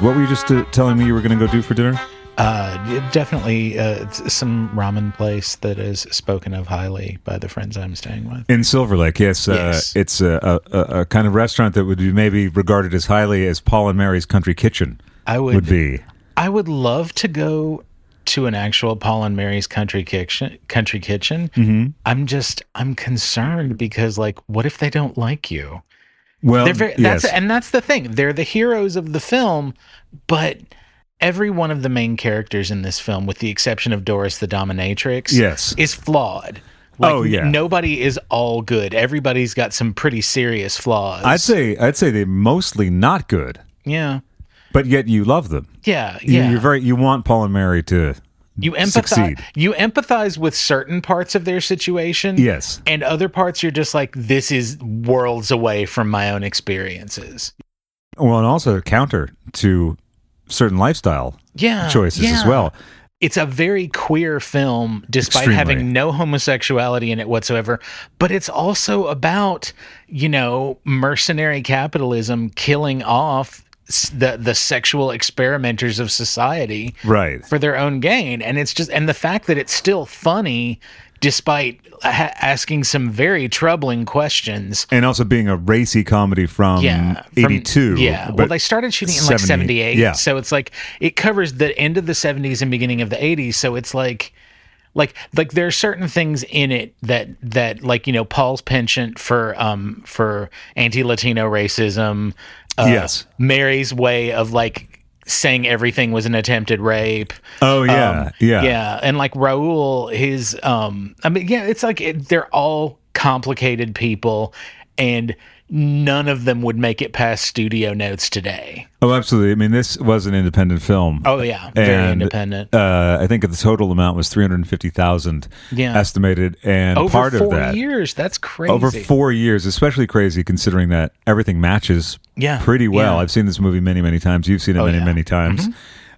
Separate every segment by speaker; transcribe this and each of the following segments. Speaker 1: What were you just uh, telling me you were going to go do for dinner?
Speaker 2: Uh, definitely uh, it's some ramen place that is spoken of highly by the friends I'm staying with.
Speaker 1: In Silver Lake, yes, uh,
Speaker 2: Yes.
Speaker 1: it's a, a, a- a kind of restaurant that would be maybe regarded as highly as Paul and Mary's Country Kitchen
Speaker 2: I would,
Speaker 1: would be.
Speaker 2: I would love to go to an actual Paul and Mary's country kitchen. Country kitchen.
Speaker 1: Mm-hmm.
Speaker 2: I'm just I'm concerned because like, what if they don't like you?
Speaker 1: Well,
Speaker 2: They're very,
Speaker 1: Um, yes,
Speaker 2: that's and that's the thing. They're the heroes of the film, but every one of the main characters in this film, with the exception of Doris the Dominatrix,
Speaker 1: Yes.
Speaker 2: is flawed.
Speaker 1: Oh, yeah.
Speaker 2: n- nobody is all good. Everybody's got some pretty serious flaws.
Speaker 1: I'd say I'd say they're mostly not good,
Speaker 2: yeah,
Speaker 1: but yet you love them.
Speaker 2: yeah,
Speaker 1: You,
Speaker 2: yeah.
Speaker 1: You're very you want Paul and Mary to
Speaker 2: you empathize.
Speaker 1: succeed.
Speaker 2: You empathize with certain parts of their situation.
Speaker 1: yes.
Speaker 2: And other parts, you're just like, this is worlds away from my own experiences.
Speaker 1: Well, and also counter to certain lifestyle
Speaker 2: Yeah.
Speaker 1: choices as
Speaker 2: yeah.
Speaker 1: well.
Speaker 2: it's a very queer film despite
Speaker 1: Extremely.
Speaker 2: having no homosexuality in it whatsoever but it's also about you know mercenary capitalism killing off s- the the sexual experimenters of society
Speaker 1: Right.
Speaker 2: for their own gain and it's just and the fact that it's still funny despite ha- asking some very troubling questions
Speaker 1: And also being a racy comedy from
Speaker 2: yeah, from-
Speaker 1: 82.
Speaker 2: Yeah, well,
Speaker 1: but-
Speaker 2: they started shooting in like
Speaker 1: 70,
Speaker 2: seventy eight.
Speaker 1: yeah.
Speaker 2: so it's like it covers the end of the seventies and beginning of the eighties. So it's like, like, like there are certain things in it that that like you know Paul's penchant for um for anti Latino racism. Uh,
Speaker 1: Yes.
Speaker 2: Mary's way of like saying everything was an attempted rape.
Speaker 1: Oh, yeah,
Speaker 2: Um,
Speaker 1: yeah.
Speaker 2: yeah, and like Raul, his um, I mean, yeah, it's like it, they're all complicated people, and none of them would make it past studio notes today.
Speaker 1: Oh, absolutely. I mean, this was an independent film.
Speaker 2: Oh yeah, very
Speaker 1: And,
Speaker 2: independent.
Speaker 1: Uh, I think the total amount was 350,000
Speaker 2: Yeah.
Speaker 1: estimated and
Speaker 2: Over
Speaker 1: part
Speaker 2: four
Speaker 1: of that
Speaker 2: years, that's crazy.
Speaker 1: over 4 years, especially crazy considering that everything matches
Speaker 2: Yeah,
Speaker 1: pretty well.
Speaker 2: yeah. Oh,
Speaker 1: I've seen this movie many many times. You've seen it many
Speaker 2: yeah. Mm-hmm.
Speaker 1: many times.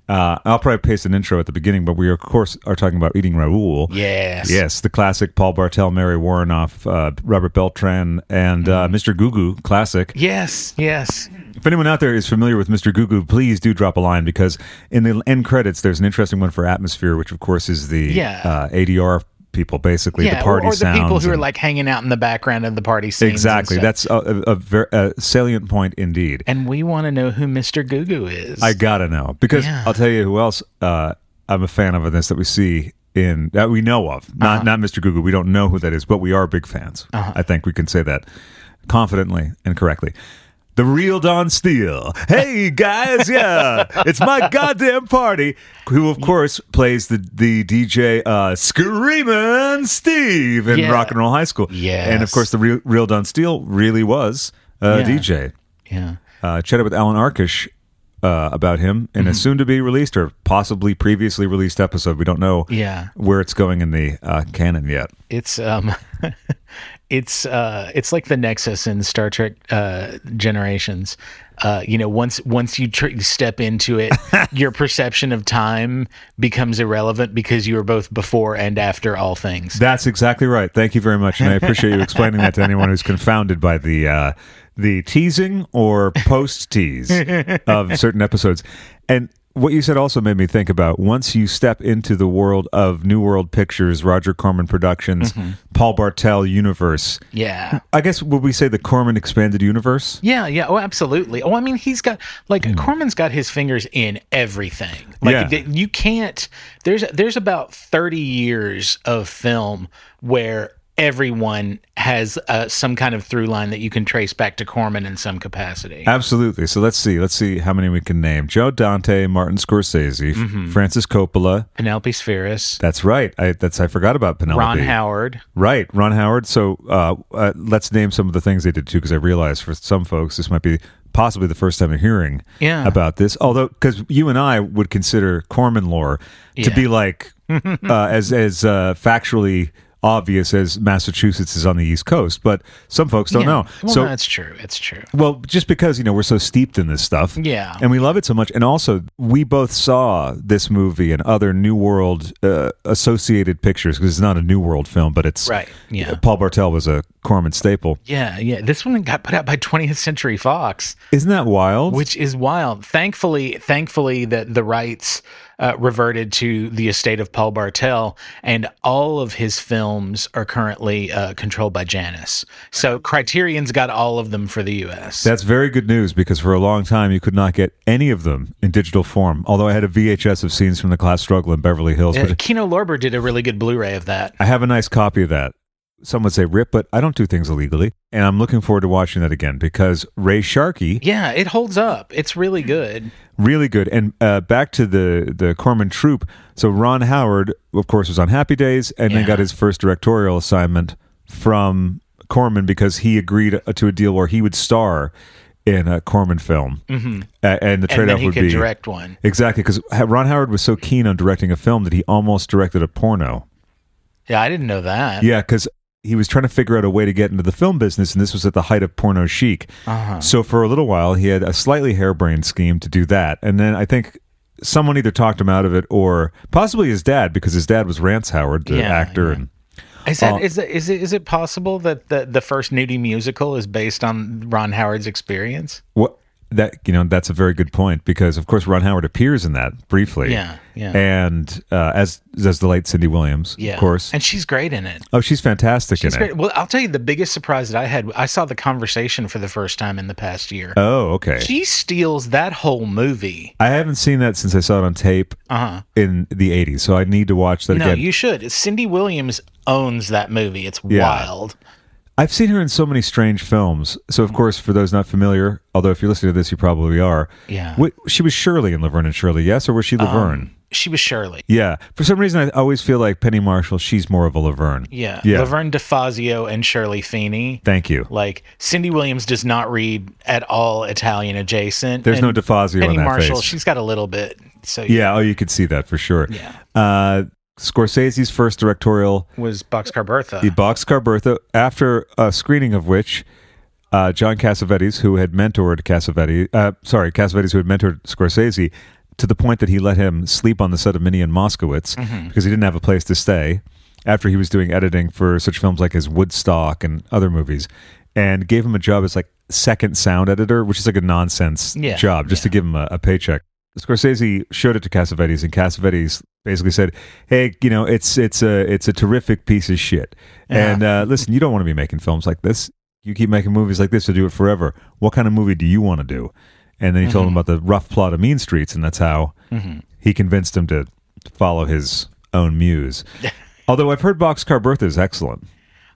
Speaker 1: Uh, I'll probably paste an intro at the beginning, but we of course are talking about eating Raoul.
Speaker 2: Yes.
Speaker 1: Yes, the classic Paul Bartel, Mary Warrenoff, uh, Robert Beltran, and
Speaker 2: Mm-hmm.
Speaker 1: uh, Mr. Gugu, classic.
Speaker 2: Yes. Yes.
Speaker 1: If anyone out there is familiar with Mr. Gugu, please do drop a line because in the end credits, there's an interesting one for Atmosphere, which of course is the
Speaker 2: Yeah.
Speaker 1: uh, ADR people, basically
Speaker 2: Yeah.
Speaker 1: the party
Speaker 2: or, or the
Speaker 1: sounds.
Speaker 2: people who are
Speaker 1: and-
Speaker 2: like hanging out in the background of the party scenes. and
Speaker 1: exactly.
Speaker 2: stuff.
Speaker 1: That's a, a, a, ver- a salient point indeed.
Speaker 2: And we want to know who Mr. Gugu is.
Speaker 1: I gotta know because
Speaker 2: Yeah.
Speaker 1: I'll tell you who else uh, I'm a fan of in this that we see in that we know of. Not
Speaker 2: Uh-huh.
Speaker 1: not Mr. Google. We don't know who that is, but we are big fans. I think we can say that confidently and correctly. The real Don Steele. Hey guys, yeah, it's my goddamn party. Who of course plays the the DJ uh, Screamin' Steve in
Speaker 2: Yeah.
Speaker 1: Rock and Roll High School. and of
Speaker 2: Yes.
Speaker 1: course the real, real Don Steele really was a
Speaker 2: Yeah.
Speaker 1: DJ
Speaker 2: yeah.
Speaker 1: uh, chatted with Alan Arkish uh, about him in a soon to be released or possibly previously released episode. We don't know
Speaker 2: Yeah.
Speaker 1: where it's going in the uh, canon yet.
Speaker 2: it's um it's uh it's like the nexus in star trek uh generations uh you know once once you tr- step into it your perception of time becomes irrelevant because you are both before and after all things
Speaker 1: That's exactly right. Thank you very much, and I appreciate you explaining that to anyone who's confounded by the uh, the teasing or post tease of certain episodes. And what you said also made me think about once you step into the world of New World Pictures, Roger Corman Productions, Paul Bartel universe.
Speaker 2: yeah
Speaker 1: I guess would we say the Corman expanded universe?
Speaker 2: yeah yeah oh absolutely oh i mean he's got like corman's got his fingers in everything like
Speaker 1: Hmm. Yeah.
Speaker 2: th- you can't there's there's about 30 years of film where everyone has uh, some kind of through line that you can trace back to corman in some capacity
Speaker 1: Absolutely. So let's see. Let's see how many we can name. Joe Dante, Martin Scorsese,
Speaker 2: Mm-hmm.
Speaker 1: Francis Coppola.
Speaker 2: Penelope Spheris,
Speaker 1: That's right. I that's I forgot about Penelope.
Speaker 2: Ron Howard.
Speaker 1: Right, Ron Howard. So uh, uh, let's name some of the things they did too, because I realize for some folks this might be possibly the first time they're hearing
Speaker 2: Yeah.
Speaker 1: about this. Although, because you and I would consider Corman lore to
Speaker 2: Yeah.
Speaker 1: be like uh, as as uh, factually obvious as Massachusetts is on the East Coast, but some folks don't
Speaker 2: Yeah.
Speaker 1: know.
Speaker 2: Well,
Speaker 1: so
Speaker 2: no, it's true. It's true.
Speaker 1: well, just because you know we're so steeped in this stuff,
Speaker 2: Yeah.
Speaker 1: and we love it so much, and also we both saw this movie and other New World uh, associated pictures because it's not a New World film, but it's uh,
Speaker 2: Right, yeah.
Speaker 1: Paul Bartel was a Corman staple.
Speaker 2: Yeah, yeah. This one got put out by 20th Century Fox,
Speaker 1: Isn't that wild?
Speaker 2: which is wild. Thankfully, thankfully that the rights uh, reverted to the estate of Paul Bartel, and all of his films are currently uh, controlled by Janus. So Criterion's got all of them for the U.S.
Speaker 1: That's very good news because for a long time you could not get any of them in digital form. Although I had a VHS of scenes from the class struggle in Beverly Hills,
Speaker 2: Uh,
Speaker 1: but
Speaker 2: Kino Lorber did a really good Blu-ray of that.
Speaker 1: I have a nice copy of that. Some would say rip, but I don't do things illegally, and I'm looking forward to watching that again because Ray Sharkey
Speaker 2: Yeah, it holds up. It's really good.
Speaker 1: really good. And uh, back to the the Corman troupe. So Ron Howard, of course, was on Happy Days, and then
Speaker 2: Yeah.
Speaker 1: got his first directorial assignment from Corman because he agreed uh, to a deal where he would star in a Corman film, mm-hmm. and the
Speaker 2: And
Speaker 1: trade
Speaker 2: then
Speaker 1: off
Speaker 2: he
Speaker 1: would
Speaker 2: could
Speaker 1: be
Speaker 2: direct one.
Speaker 1: exactly because Ron Howard was so keen on directing a film that he almost directed a porno.
Speaker 2: Yeah, I didn't know that.
Speaker 1: Yeah, because he was trying to figure out a way to get into the film business, and this was at the height of porno chic.
Speaker 2: Uh-huh.
Speaker 1: So for a little while, he had a slightly harebrained scheme to do that, and then I think someone either talked him out of it or possibly his dad, because his dad was Rance Howard, the
Speaker 2: Yeah,
Speaker 1: actor,
Speaker 2: yeah.
Speaker 1: and
Speaker 2: Is
Speaker 1: uh,
Speaker 2: that is that is it is it possible that the the first nudie musical is based on Ron Howard's experience?
Speaker 1: what that you know that's a very good point because of course Ron Howard appears in that briefly.
Speaker 2: Yeah, yeah.
Speaker 1: And uh, as as the late Cindy Williams,
Speaker 2: Yeah,
Speaker 1: of course.
Speaker 2: And she's great in it.
Speaker 1: oh, she's fantastic
Speaker 2: She's
Speaker 1: in it.
Speaker 2: great. Well, I'll tell you the biggest surprise that I had. I saw the conversation for the first time in the past year.
Speaker 1: Oh, okay.
Speaker 2: she steals that whole movie.
Speaker 1: I haven't seen that since I saw it on tape
Speaker 2: Uh-huh.
Speaker 1: in the '80s, so I need to watch that
Speaker 2: No,
Speaker 1: again.
Speaker 2: you should. Cindy Williams owns that movie. It's
Speaker 1: Yeah.
Speaker 2: wild.
Speaker 1: I've seen her in so many strange films. So,
Speaker 2: Mm.
Speaker 1: of course, for those not familiar, although if you're listening to this, you probably are.
Speaker 2: Yeah. Uh-huh.
Speaker 1: Wait, she was Shirley in Laverne and Shirley, yes, or was she Laverne?
Speaker 2: She was Shirley.
Speaker 1: yeah. For some reason, I always feel like Penny Marshall. She's more of a Laverne.
Speaker 2: Yeah.
Speaker 1: Yeah.
Speaker 2: Laverne DeFazio and Shirley Feeney.
Speaker 1: Thank you.
Speaker 2: Like Cindy Williams does not read at all Italian adjacent.
Speaker 1: There's
Speaker 2: and
Speaker 1: no DeFazio
Speaker 2: Penny
Speaker 1: on that
Speaker 2: Marshall,
Speaker 1: face.
Speaker 2: she's got a little bit. So yeah,
Speaker 1: yeah. Oh, you could see that for sure.
Speaker 2: Yeah.
Speaker 1: Uh, Scorsese's first directorial
Speaker 2: was Boxcar Bertha.
Speaker 1: The Boxcar Bertha, after a screening of which uh, John Cassavetes, who had mentored Cassavetes, uh, sorry, Cassavetes, who had mentored Scorsese, to the point that he let him sleep on the set of Minnie and Moskowitz because he didn't have a place to stay after he was doing editing for such films like his Woodstock and other movies, and gave him a job as like second sound editor, which is like a nonsense
Speaker 2: Yeah,
Speaker 1: job just to give him a, a paycheck. Scorsese showed it to Cassavetes, and Cassavetes basically said, "Hey, you know, it's it's a it's a terrific piece of shit. And uh, listen, you don't want to be making films like this. You keep making movies like this to do it forever. What kind of movie do you want to do?" And then he told him about the rough plot of Mean Streets, and that's how he convinced him to follow his own muse. Although I've heard Boxcar Bertha is excellent.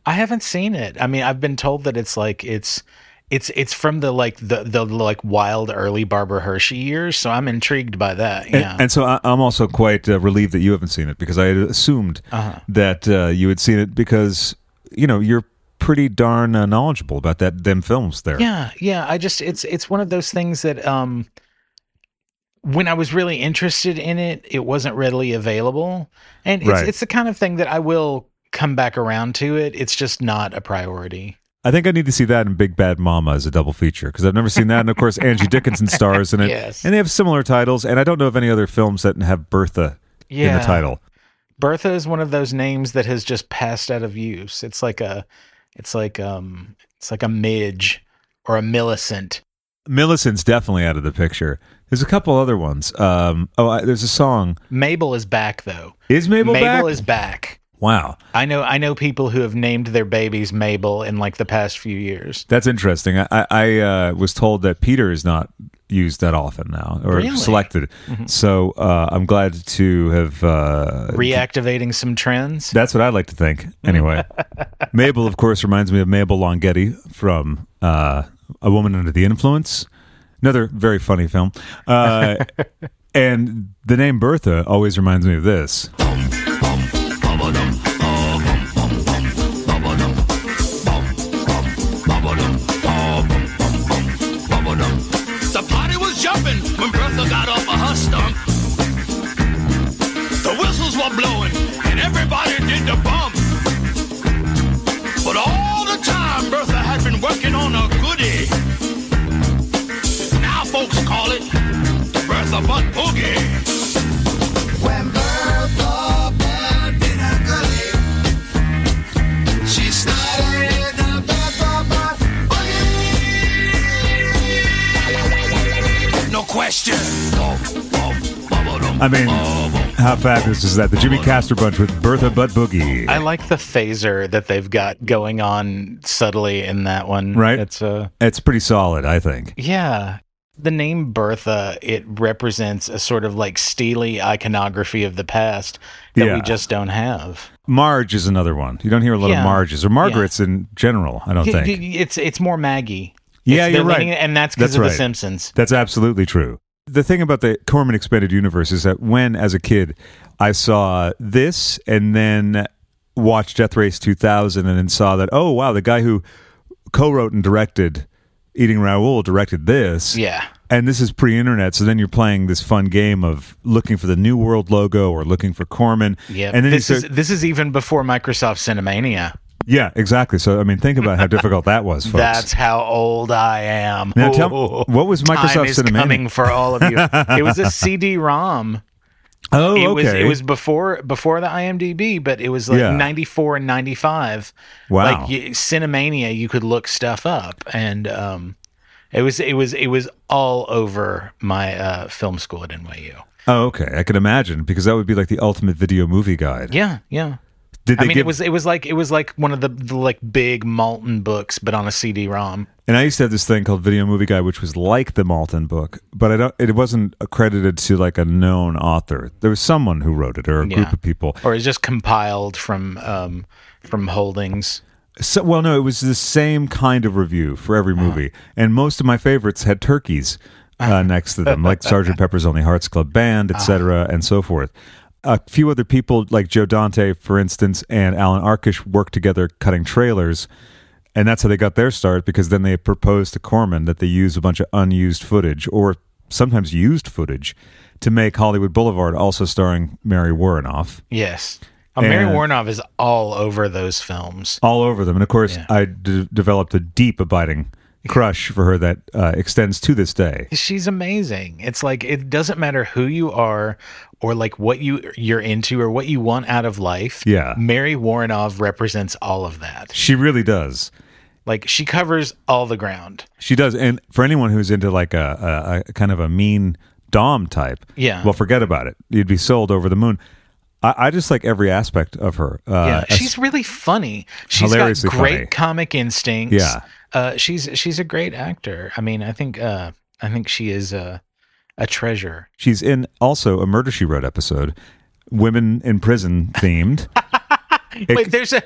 Speaker 2: I haven't seen it. I mean, I've been told that it's like it's it's it's from the like the the like wild early Barbara Hershey years, so I'm intrigued by that.
Speaker 1: And,
Speaker 2: Yeah.
Speaker 1: and so I, I'm also quite uh, relieved that you haven't seen it because I had assumed
Speaker 2: Uh-huh.
Speaker 1: that uh, you had seen it because you know you're pretty darn uh, knowledgeable about that them films there.
Speaker 2: yeah, yeah, I just it's it's one of those things that um when I was really interested in it, it wasn't readily available. And it's
Speaker 1: Right.
Speaker 2: it's the kind of thing that I will come back around to it. It's just not a priority.
Speaker 1: I think I need to see that in Big Bad Mama as a double feature because I've never seen that. And of course, Angie Dickinson stars in it,
Speaker 2: Yes.
Speaker 1: and they have similar titles. And I don't know of any other films that have Bertha in
Speaker 2: Yeah.
Speaker 1: the title.
Speaker 2: Bertha is one of those names that has just passed out of use. It's like a, it's like um, it's like a Midge or a Millicent.
Speaker 1: Millicent's definitely out of the picture. There's a couple other ones. Um, oh, I, there's a song.
Speaker 2: Mabel is back though.
Speaker 1: Is Mabel, back?
Speaker 2: is back.
Speaker 1: wow,
Speaker 2: I know. I know people who have named their babies Mabel in like the past few years.
Speaker 1: that's interesting. I, I, I uh, was told that Peter is not used that often now or
Speaker 2: Really?
Speaker 1: selected. So uh, I'm glad to have uh,
Speaker 2: Reactivating some trends.
Speaker 1: That's what I like to think. Anyway, Mabel, of course, reminds me of Mabel Longhetti from uh, A Woman Under the Influence, another very funny film. Uh, and the name Bertha always reminds me of this.
Speaker 3: The party was jumping when Bertha got off of her stump. The whistles were blowing and everybody did the bump. butt boogie.
Speaker 4: When Bertha Bell didn't believe, she started the Bertha Bell
Speaker 3: No question. Boom, boom, ba-ba-dum,
Speaker 1: I mean,
Speaker 3: ba-ba.
Speaker 1: how fabulous is that? The Jimmy Castor Bunch with Bertha Butt Boogie.
Speaker 2: I like the phaser that they've got going on subtly in that one.
Speaker 1: Right.
Speaker 2: It's uh, a
Speaker 1: It's pretty solid, I think.
Speaker 2: yeah. The name Bertha it represents a sort of like steely iconography of the past that
Speaker 1: Yeah.
Speaker 2: we just don't have.
Speaker 1: Marge is another one. You don't hear a lot
Speaker 2: Yeah.
Speaker 1: of Marges or Margarets in general, I don't
Speaker 2: Y-
Speaker 1: think.
Speaker 2: y- It's it's more Maggie.
Speaker 1: Yeah,
Speaker 2: It's-
Speaker 1: you're
Speaker 2: they're
Speaker 1: right.
Speaker 2: leaning- and that's because
Speaker 1: That's
Speaker 2: of
Speaker 1: right.
Speaker 2: The Simpsons.
Speaker 1: That's absolutely true. The thing about the Corman Expanded Universe is that when, as a kid, I saw this and then watched Death Race 2000 and then saw that, oh, wow, the guy who co wrote and directed Eating Raoul directed this.
Speaker 2: Yeah.
Speaker 1: And this is pre internet. So then you're playing this fun game of looking for the New World logo or looking for Corman.
Speaker 2: Yeah.
Speaker 1: And then
Speaker 2: this
Speaker 1: you
Speaker 2: is
Speaker 1: start-
Speaker 2: this is even before Microsoft Cinemania.
Speaker 1: yeah, exactly. So, I mean, think about how difficult that was, folks.
Speaker 2: That's how old I am.
Speaker 1: Now tell- what was
Speaker 2: Time
Speaker 1: Microsoft
Speaker 2: is
Speaker 1: Cinemania?
Speaker 2: coming for all of you. it was a CD-ROM.
Speaker 1: oh,
Speaker 2: It was
Speaker 1: okay.
Speaker 2: it was before before the IMDb, but it was like
Speaker 1: Yeah.
Speaker 2: 94 and 95.
Speaker 1: Wow.
Speaker 2: Like you, Cinemania, you could look stuff up and um it was it was it was all over my uh, film school at NYU.
Speaker 1: oh, okay. I can imagine because that would be like the ultimate video movie guide.
Speaker 2: Yeah, yeah.
Speaker 1: Did they
Speaker 2: I mean,
Speaker 1: give,
Speaker 2: it was it was like it was like one of the, the like big Malton books, but on a CD-ROM.
Speaker 1: and I used to have this thing called Video Movie Guide, which was like the Malton book, but I don't. It wasn't accredited to like a known author. There was someone who wrote it, or a
Speaker 2: Yeah.
Speaker 1: group of people.
Speaker 2: or it's just compiled from um, from holdings.
Speaker 1: So, well, no, it was the same kind of review for every movie, and most of my favorites had turkeys uh, next to them, like Sergeant Pepper's Only Hearts Club Band, etc., and so forth. A few other people, like Joe Dante, for instance, and Alan Arkish, worked together cutting trailers, and that's how they got their start. Because then they proposed to Corman that they use a bunch of unused footage or sometimes used footage to make Hollywood Boulevard, also starring Mary Warrenoff.
Speaker 2: Yes. Uh, Mary
Speaker 1: And-
Speaker 2: Warnoff is all over those films.
Speaker 1: all over them. And of course, I d- developed a deep, abiding crush for her that uh, extends to this day.
Speaker 2: She's amazing. It's like it doesn't matter who you are or like what you you're into or what you want out of life.
Speaker 1: Yeah.
Speaker 2: Mary Warnoff represents all of that.
Speaker 1: She really does.
Speaker 2: Like she covers all the ground.
Speaker 1: She does. And for anyone who's into like a, a, a kind of a mean dom type,
Speaker 2: Yeah.
Speaker 1: well, forget about it. You'd be sold over the moon. I, I just like every aspect of her. Uh,
Speaker 2: yeah, she's really funny. She's got
Speaker 1: Hilariously
Speaker 2: great
Speaker 1: funny.
Speaker 2: comic instincts.
Speaker 1: Yeah.
Speaker 2: Uh, she's she's a great actor. I mean, I think uh, I think she is a a treasure.
Speaker 1: She's in also a Murder She Wrote episode, women in prison themed.
Speaker 2: Wait, there's a.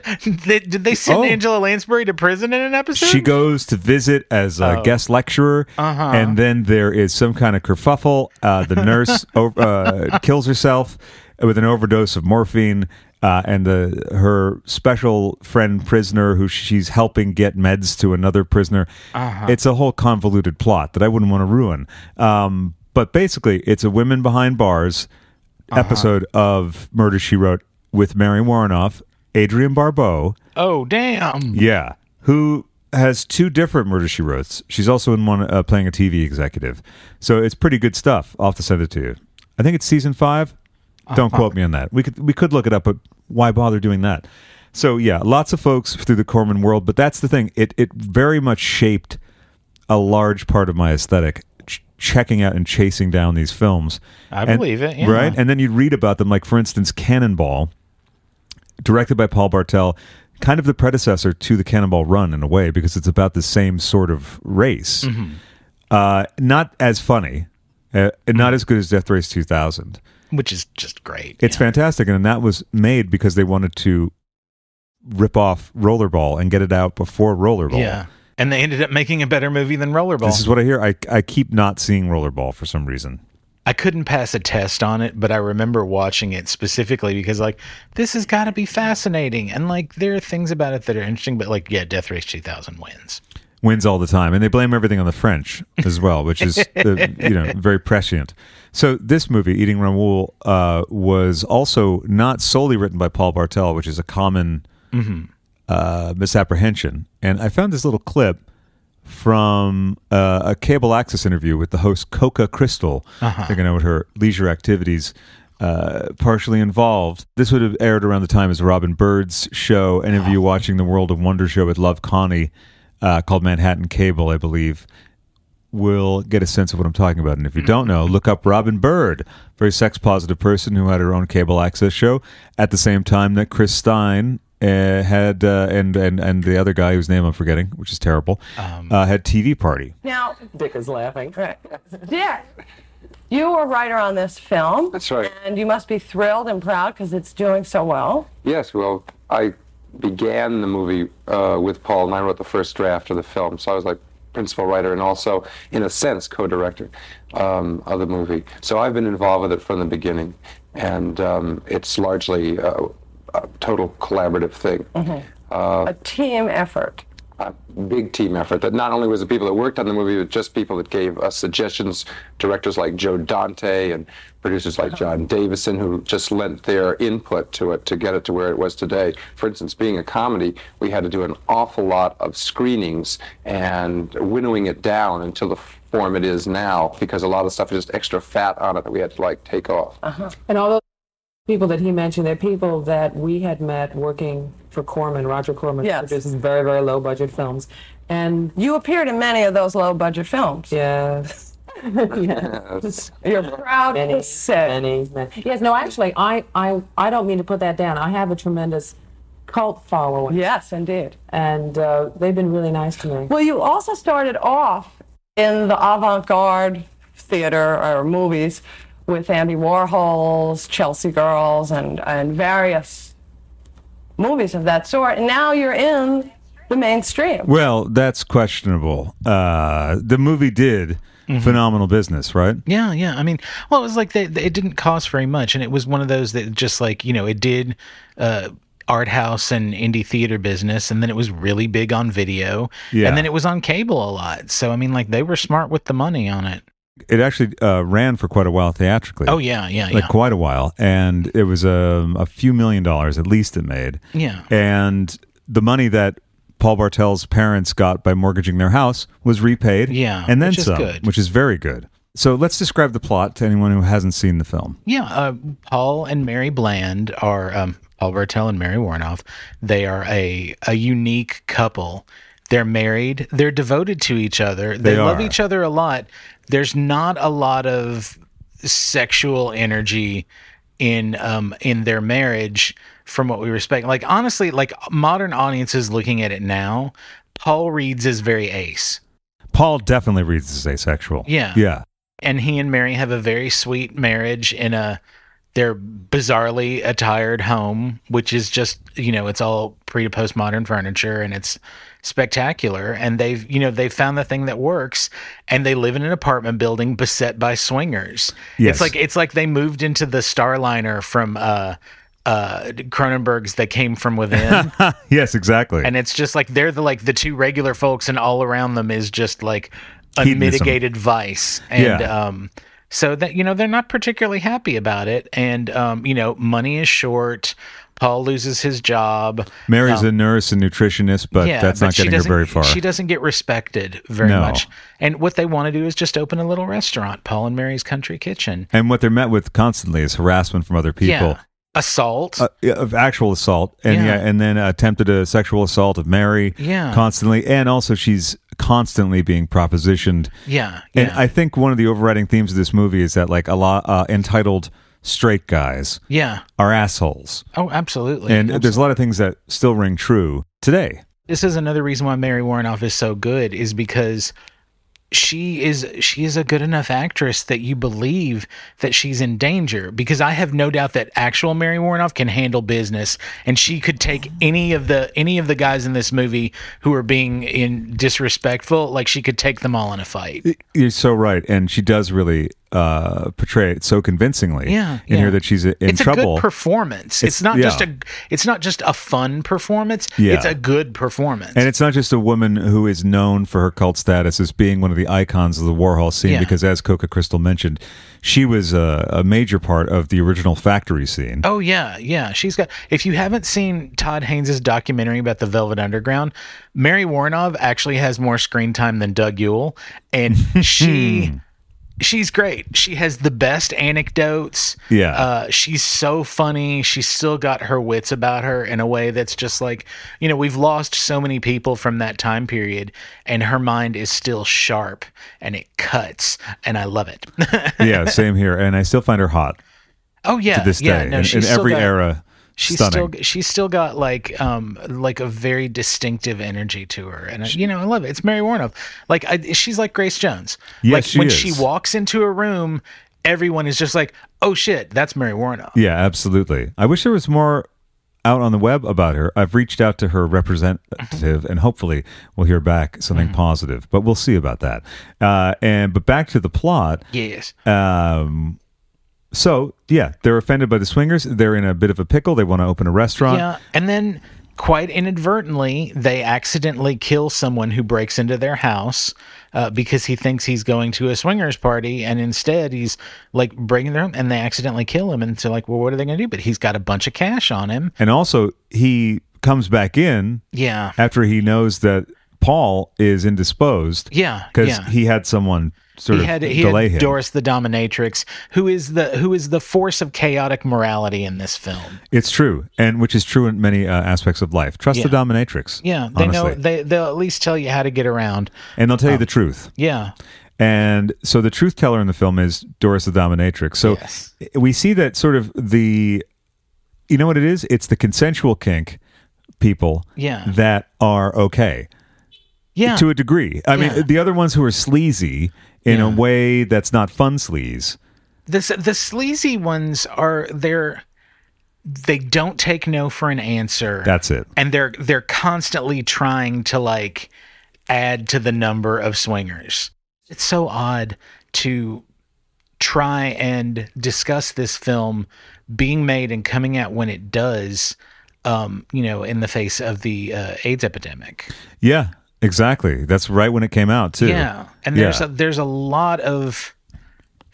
Speaker 2: They, did they send
Speaker 1: Oh.
Speaker 2: Angela Lansbury to prison in an episode?
Speaker 1: She goes to visit as a guest lecturer, and then there is some kind of kerfuffle. Uh, the nurse o- uh, kills herself with an overdose of morphine, uh, and the her special friend prisoner, who she's helping get meds to another prisoner. It's a whole convoluted plot that I wouldn't want to ruin. Um, but basically, it's a women behind bars episode of Murder She Wrote with Mary Warrenoff, Adrian Barbeau.
Speaker 2: oh damn!
Speaker 1: Yeah, who has two different murder she wrote. She's also in one uh, playing a TV executive. So it's pretty good stuff. I'll have to send it to you. I think it's season five.
Speaker 2: Oh,
Speaker 1: Don't quote me on that. We could we could look it up, but why bother doing that? So yeah, lots of folks through the Corman world, but that's the thing. It it very much shaped a large part of my aesthetic. ch- Checking out and chasing down these films,
Speaker 2: I
Speaker 1: And-
Speaker 2: believe it, yeah.
Speaker 1: Right, and then you'd read about them, like for instance, Cannonball, directed by Paul Bartel, kind of the predecessor to the Cannonball Run in a way, because it's about the same sort of race. Uh, not as funny, uh, and not as good as Death Race 2000.
Speaker 2: Which is just great.
Speaker 1: It's fantastic, and that was made because they wanted to rip off Rollerball and get it out before Rollerball.
Speaker 2: yeah. And they ended up making a better movie than Rollerball.
Speaker 1: This is what I hear. I, I keep not seeing Rollerball for some reason.
Speaker 2: I couldn't pass a test on it, but I remember watching it specifically because like this has got to be fascinating, and like there are things about it that are interesting, but like yeah, Death Race 2000 wins.
Speaker 1: wins all the time, and they blame everything on the French as well, which is the, you know very prescient. So this movie, Eating Raoul, uh, was also not solely written by Paul Bartel, which is a common uh, misapprehension. And I found this little clip from uh, a cable access interview with the host Coca Crystal. I think I know what her leisure activities uh, partially involved. This would have aired around the time as Robin Bird's show interview watching the World of Wonder show with Love Connie uh, called Manhattan Cable, I believe. Will get a sense of what I'm talking about. And
Speaker 2: Mm-hmm.
Speaker 1: if you don't know, look up Robin Bird, very sex positive person who had her own cable access show at the same time that Chris Stein uh, had uh, and and and the other guy whose name I'm forgetting, which is terrible,
Speaker 2: Um.
Speaker 1: uh, had TV party.
Speaker 5: Now,
Speaker 6: Dick is laughing.
Speaker 5: Dick, you were writer on this film.
Speaker 7: That's right.
Speaker 5: And you must be thrilled and proud because it's doing so well.
Speaker 7: Yes, well, I began the movie uh, with Paul, and I wrote the first draft of the film. So I was like principal writer and also, in a sense, co-director um, of the movie. So I've been involved with it from the beginning, and um, it's largely a, a total collaborative thing.
Speaker 5: A team effort.
Speaker 7: A big team effort that not only was the people that worked on the movie, but just people that gave us suggestions, directors like Joe Dante and producers like John Davison, who just lent their input to it to get it to where it was today. For instance, being a comedy, we had to do an awful lot of screenings and winnowing it down until the form it is now, because a lot of stuff is just extra fat on it that we had to like take off.
Speaker 6: And all those people that he mentioned, they're people that we had met working for Corman. Roger Corman
Speaker 5: Yes.
Speaker 6: produces very, very low budget films. And
Speaker 5: You appeared in many of those low budget films.
Speaker 6: yes. yes.
Speaker 5: You're proud
Speaker 6: Many,
Speaker 5: to say.
Speaker 6: many, many. Yes, no, actually, I, I, I don't mean to put that down. I have a tremendous cult following,
Speaker 5: Yes, indeed.
Speaker 6: and uh, they've been really nice to me.
Speaker 5: Well, you also started off in the avant garde theater or movies with Andy Warhol's Chelsea Girls and, and various movies of that sort. And now you're in the mainstream.
Speaker 1: Well, that's questionable. Uh, the movie did
Speaker 2: Mm-hmm.
Speaker 1: phenomenal business, right?
Speaker 2: Yeah, yeah. I mean, well, it was like they, they- it didn't cost very much, and it was one of those that just like you know it did uh, art house and indie theater business, and then it was really big on video,
Speaker 1: Yeah.
Speaker 2: and then it was on cable a lot. So I mean, like they were smart with the money on it.
Speaker 1: It actually uh, ran for quite a while theatrically.
Speaker 2: Oh yeah, yeah,
Speaker 1: like
Speaker 2: yeah.
Speaker 1: quite a while, and it was um, a few million dollars at least it made.
Speaker 2: Yeah.
Speaker 1: and the money that Paul Bartel's parents got by mortgaging their house was repaid.
Speaker 2: Yeah,
Speaker 1: and then
Speaker 2: which is
Speaker 1: some,
Speaker 2: good.
Speaker 1: which is very good. So let's describe the plot to anyone who hasn't seen the film.
Speaker 2: Yeah, uh, Paul and Mary Bland are um, Paul Bartel and Mary Warnoff. They are a a unique couple. They're married. They're devoted to each other. They,
Speaker 1: They
Speaker 2: love
Speaker 1: are.
Speaker 2: each other a lot. There's not a lot of sexual energy in um in their marriage from what we respect. Like honestly, like modern audiences looking at it now, Paul reads is very ace.
Speaker 1: Paul definitely reads as asexual.
Speaker 2: Yeah.
Speaker 1: yeah.
Speaker 2: and he and Mary have a very sweet marriage in a their bizarrely attired home, which is just you know it's all pre to postmodern furniture and it's spectacular. And they've you know they've found the thing that works, and they live in an apartment building beset by swingers.
Speaker 1: Yes.
Speaker 2: It's like it's like they moved into the Starliner from uh uh Cronenberg's that came from within.
Speaker 1: Yes, exactly.
Speaker 2: and it's just like they're the like the two regular folks and all around them is just like
Speaker 1: Hedonism.
Speaker 2: unmitigated vice and
Speaker 1: Yeah.
Speaker 2: um so that you know they're not particularly happy about it and um you know money is short paul loses his job
Speaker 1: Mary's a nurse and nutritionist, but
Speaker 2: um, yeah
Speaker 1: that's
Speaker 2: but
Speaker 1: not
Speaker 2: she
Speaker 1: getting her
Speaker 2: doesn't- e-,
Speaker 1: very far.
Speaker 2: she doesn't get respected very
Speaker 1: No.
Speaker 2: much and what they want to do is just open a little restaurant paul and mary's country kitchen
Speaker 1: and what they're met with constantly is harassment from other people.
Speaker 2: yeah assault
Speaker 1: uh, of actual assault and yeah.
Speaker 2: Yeah.
Speaker 1: and then attempted a sexual assault of Mary
Speaker 2: Yeah.
Speaker 1: constantly and also she's constantly being propositioned
Speaker 2: yeah
Speaker 1: and
Speaker 2: yeah
Speaker 1: I think one of the overriding themes of this movie is that like a lot uh, entitled straight guys
Speaker 2: yeah
Speaker 1: are assholes
Speaker 2: oh absolutely
Speaker 1: and there's a lot of things that still ring true today
Speaker 2: this is another reason why Mary Warrenoff is so good is because she is she is a good enough actress that you believe that she's in danger because I have no doubt that actual Mary Warrenoff can handle business and she could take any of the any of the guys in this movie who are being in disrespectful like she could take them all in a fight.
Speaker 1: you're so right and she does really uh, portray it so convincingly
Speaker 2: Yeah,
Speaker 1: in
Speaker 2: yeah.
Speaker 1: here that she's in
Speaker 2: it's a
Speaker 1: trouble.
Speaker 2: good performance. It's,
Speaker 1: It's-
Speaker 2: not just
Speaker 1: yeah.
Speaker 2: a it's not just a fun performance.
Speaker 1: Yeah.
Speaker 2: It's a good performance.
Speaker 1: And it's not just a woman who is known for her cult status as being one of the icons of the Warhol scene,
Speaker 2: Yeah.
Speaker 1: because as Coca Crystal mentioned, she was a, a major part of the original factory scene.
Speaker 2: Oh yeah, yeah. She's got. If you haven't seen Todd Haynes' documentary about the Velvet Underground, Mary Warnov actually has more screen time than Doug Yule, and she she's great. She has the best anecdotes.
Speaker 1: Yeah.
Speaker 2: uh, she's so funny. She's still got her wits about her in a way that's just like you know we've lost so many people from that time period, and her mind is still sharp and it cuts, and I love it.
Speaker 1: yeah, same here. And I still find her hot
Speaker 2: oh yeah,
Speaker 1: to this
Speaker 2: yeah.
Speaker 1: day
Speaker 2: No,
Speaker 1: in,
Speaker 2: she's
Speaker 1: in
Speaker 2: still
Speaker 1: every
Speaker 2: got-
Speaker 1: era.
Speaker 2: she's
Speaker 1: stunning.
Speaker 2: still she's still got like um like a very distinctive energy to her and I- you know i love it it's mary warnoff like I, she's like grace jones
Speaker 1: Yes,
Speaker 2: like
Speaker 1: she
Speaker 2: when
Speaker 1: is.
Speaker 2: she walks into a room everyone is just like oh shit that's mary warnoff
Speaker 1: Yeah, absolutely. I wish there was more out on the web about her. I've reached out to her representative, and hopefully we'll hear back something
Speaker 2: Mm-hmm.
Speaker 1: positive. But we'll see about that. Uh, and but back to the plot.
Speaker 2: yes
Speaker 1: Um, so yeah, they're offended by the swingers. They're in a bit of a pickle. They want to open a restaurant.
Speaker 2: yeah and then quite inadvertently they accidentally kill someone who breaks into their house uh, because he thinks he's going to a swingers party and instead he's like breaking their home and they accidentally kill him and so like well what are they going to do but he's got a bunch of cash on him
Speaker 1: And also, he comes back in
Speaker 2: yeah
Speaker 1: after he knows that Paul is indisposed.
Speaker 2: Yeah,
Speaker 1: because
Speaker 2: yeah.
Speaker 1: he had someone sort
Speaker 2: he
Speaker 1: of
Speaker 2: had he
Speaker 1: delay
Speaker 2: had
Speaker 1: him.
Speaker 2: Doris the Dominatrix, who is the who is the force of chaotic morality in this film.
Speaker 1: It's true, and which is true in many uh, aspects of life. Trust the
Speaker 2: Yeah.
Speaker 1: dominatrix.
Speaker 2: Yeah, they know Oh.
Speaker 1: honestly.
Speaker 2: they they'll at least tell you how to get around.
Speaker 1: and they'll tell you the truth.
Speaker 2: Yeah,
Speaker 1: And so the truth teller in the film is Doris the dominatrix. So
Speaker 2: Yes.
Speaker 1: we see that sort of the, you know what it is? It's the consensual kink people
Speaker 2: Yeah.
Speaker 1: that are okay.
Speaker 2: yeah,
Speaker 1: to a degree. I
Speaker 2: Yeah.
Speaker 1: mean, the other ones who are sleazy in a way that's not fun sleaze.
Speaker 2: the s- the sleazy ones are they're they don't take no for an answer.
Speaker 1: That's it.
Speaker 2: and they're they're constantly trying to like add to the number of swingers. It's so odd to try and discuss this film being made and coming out when it does um you know in the face of the uh, AIDS epidemic.
Speaker 1: Yeah, exactly. That's right when it came out too.
Speaker 2: Yeah. And there's
Speaker 1: Yeah.
Speaker 2: a, there's a lot of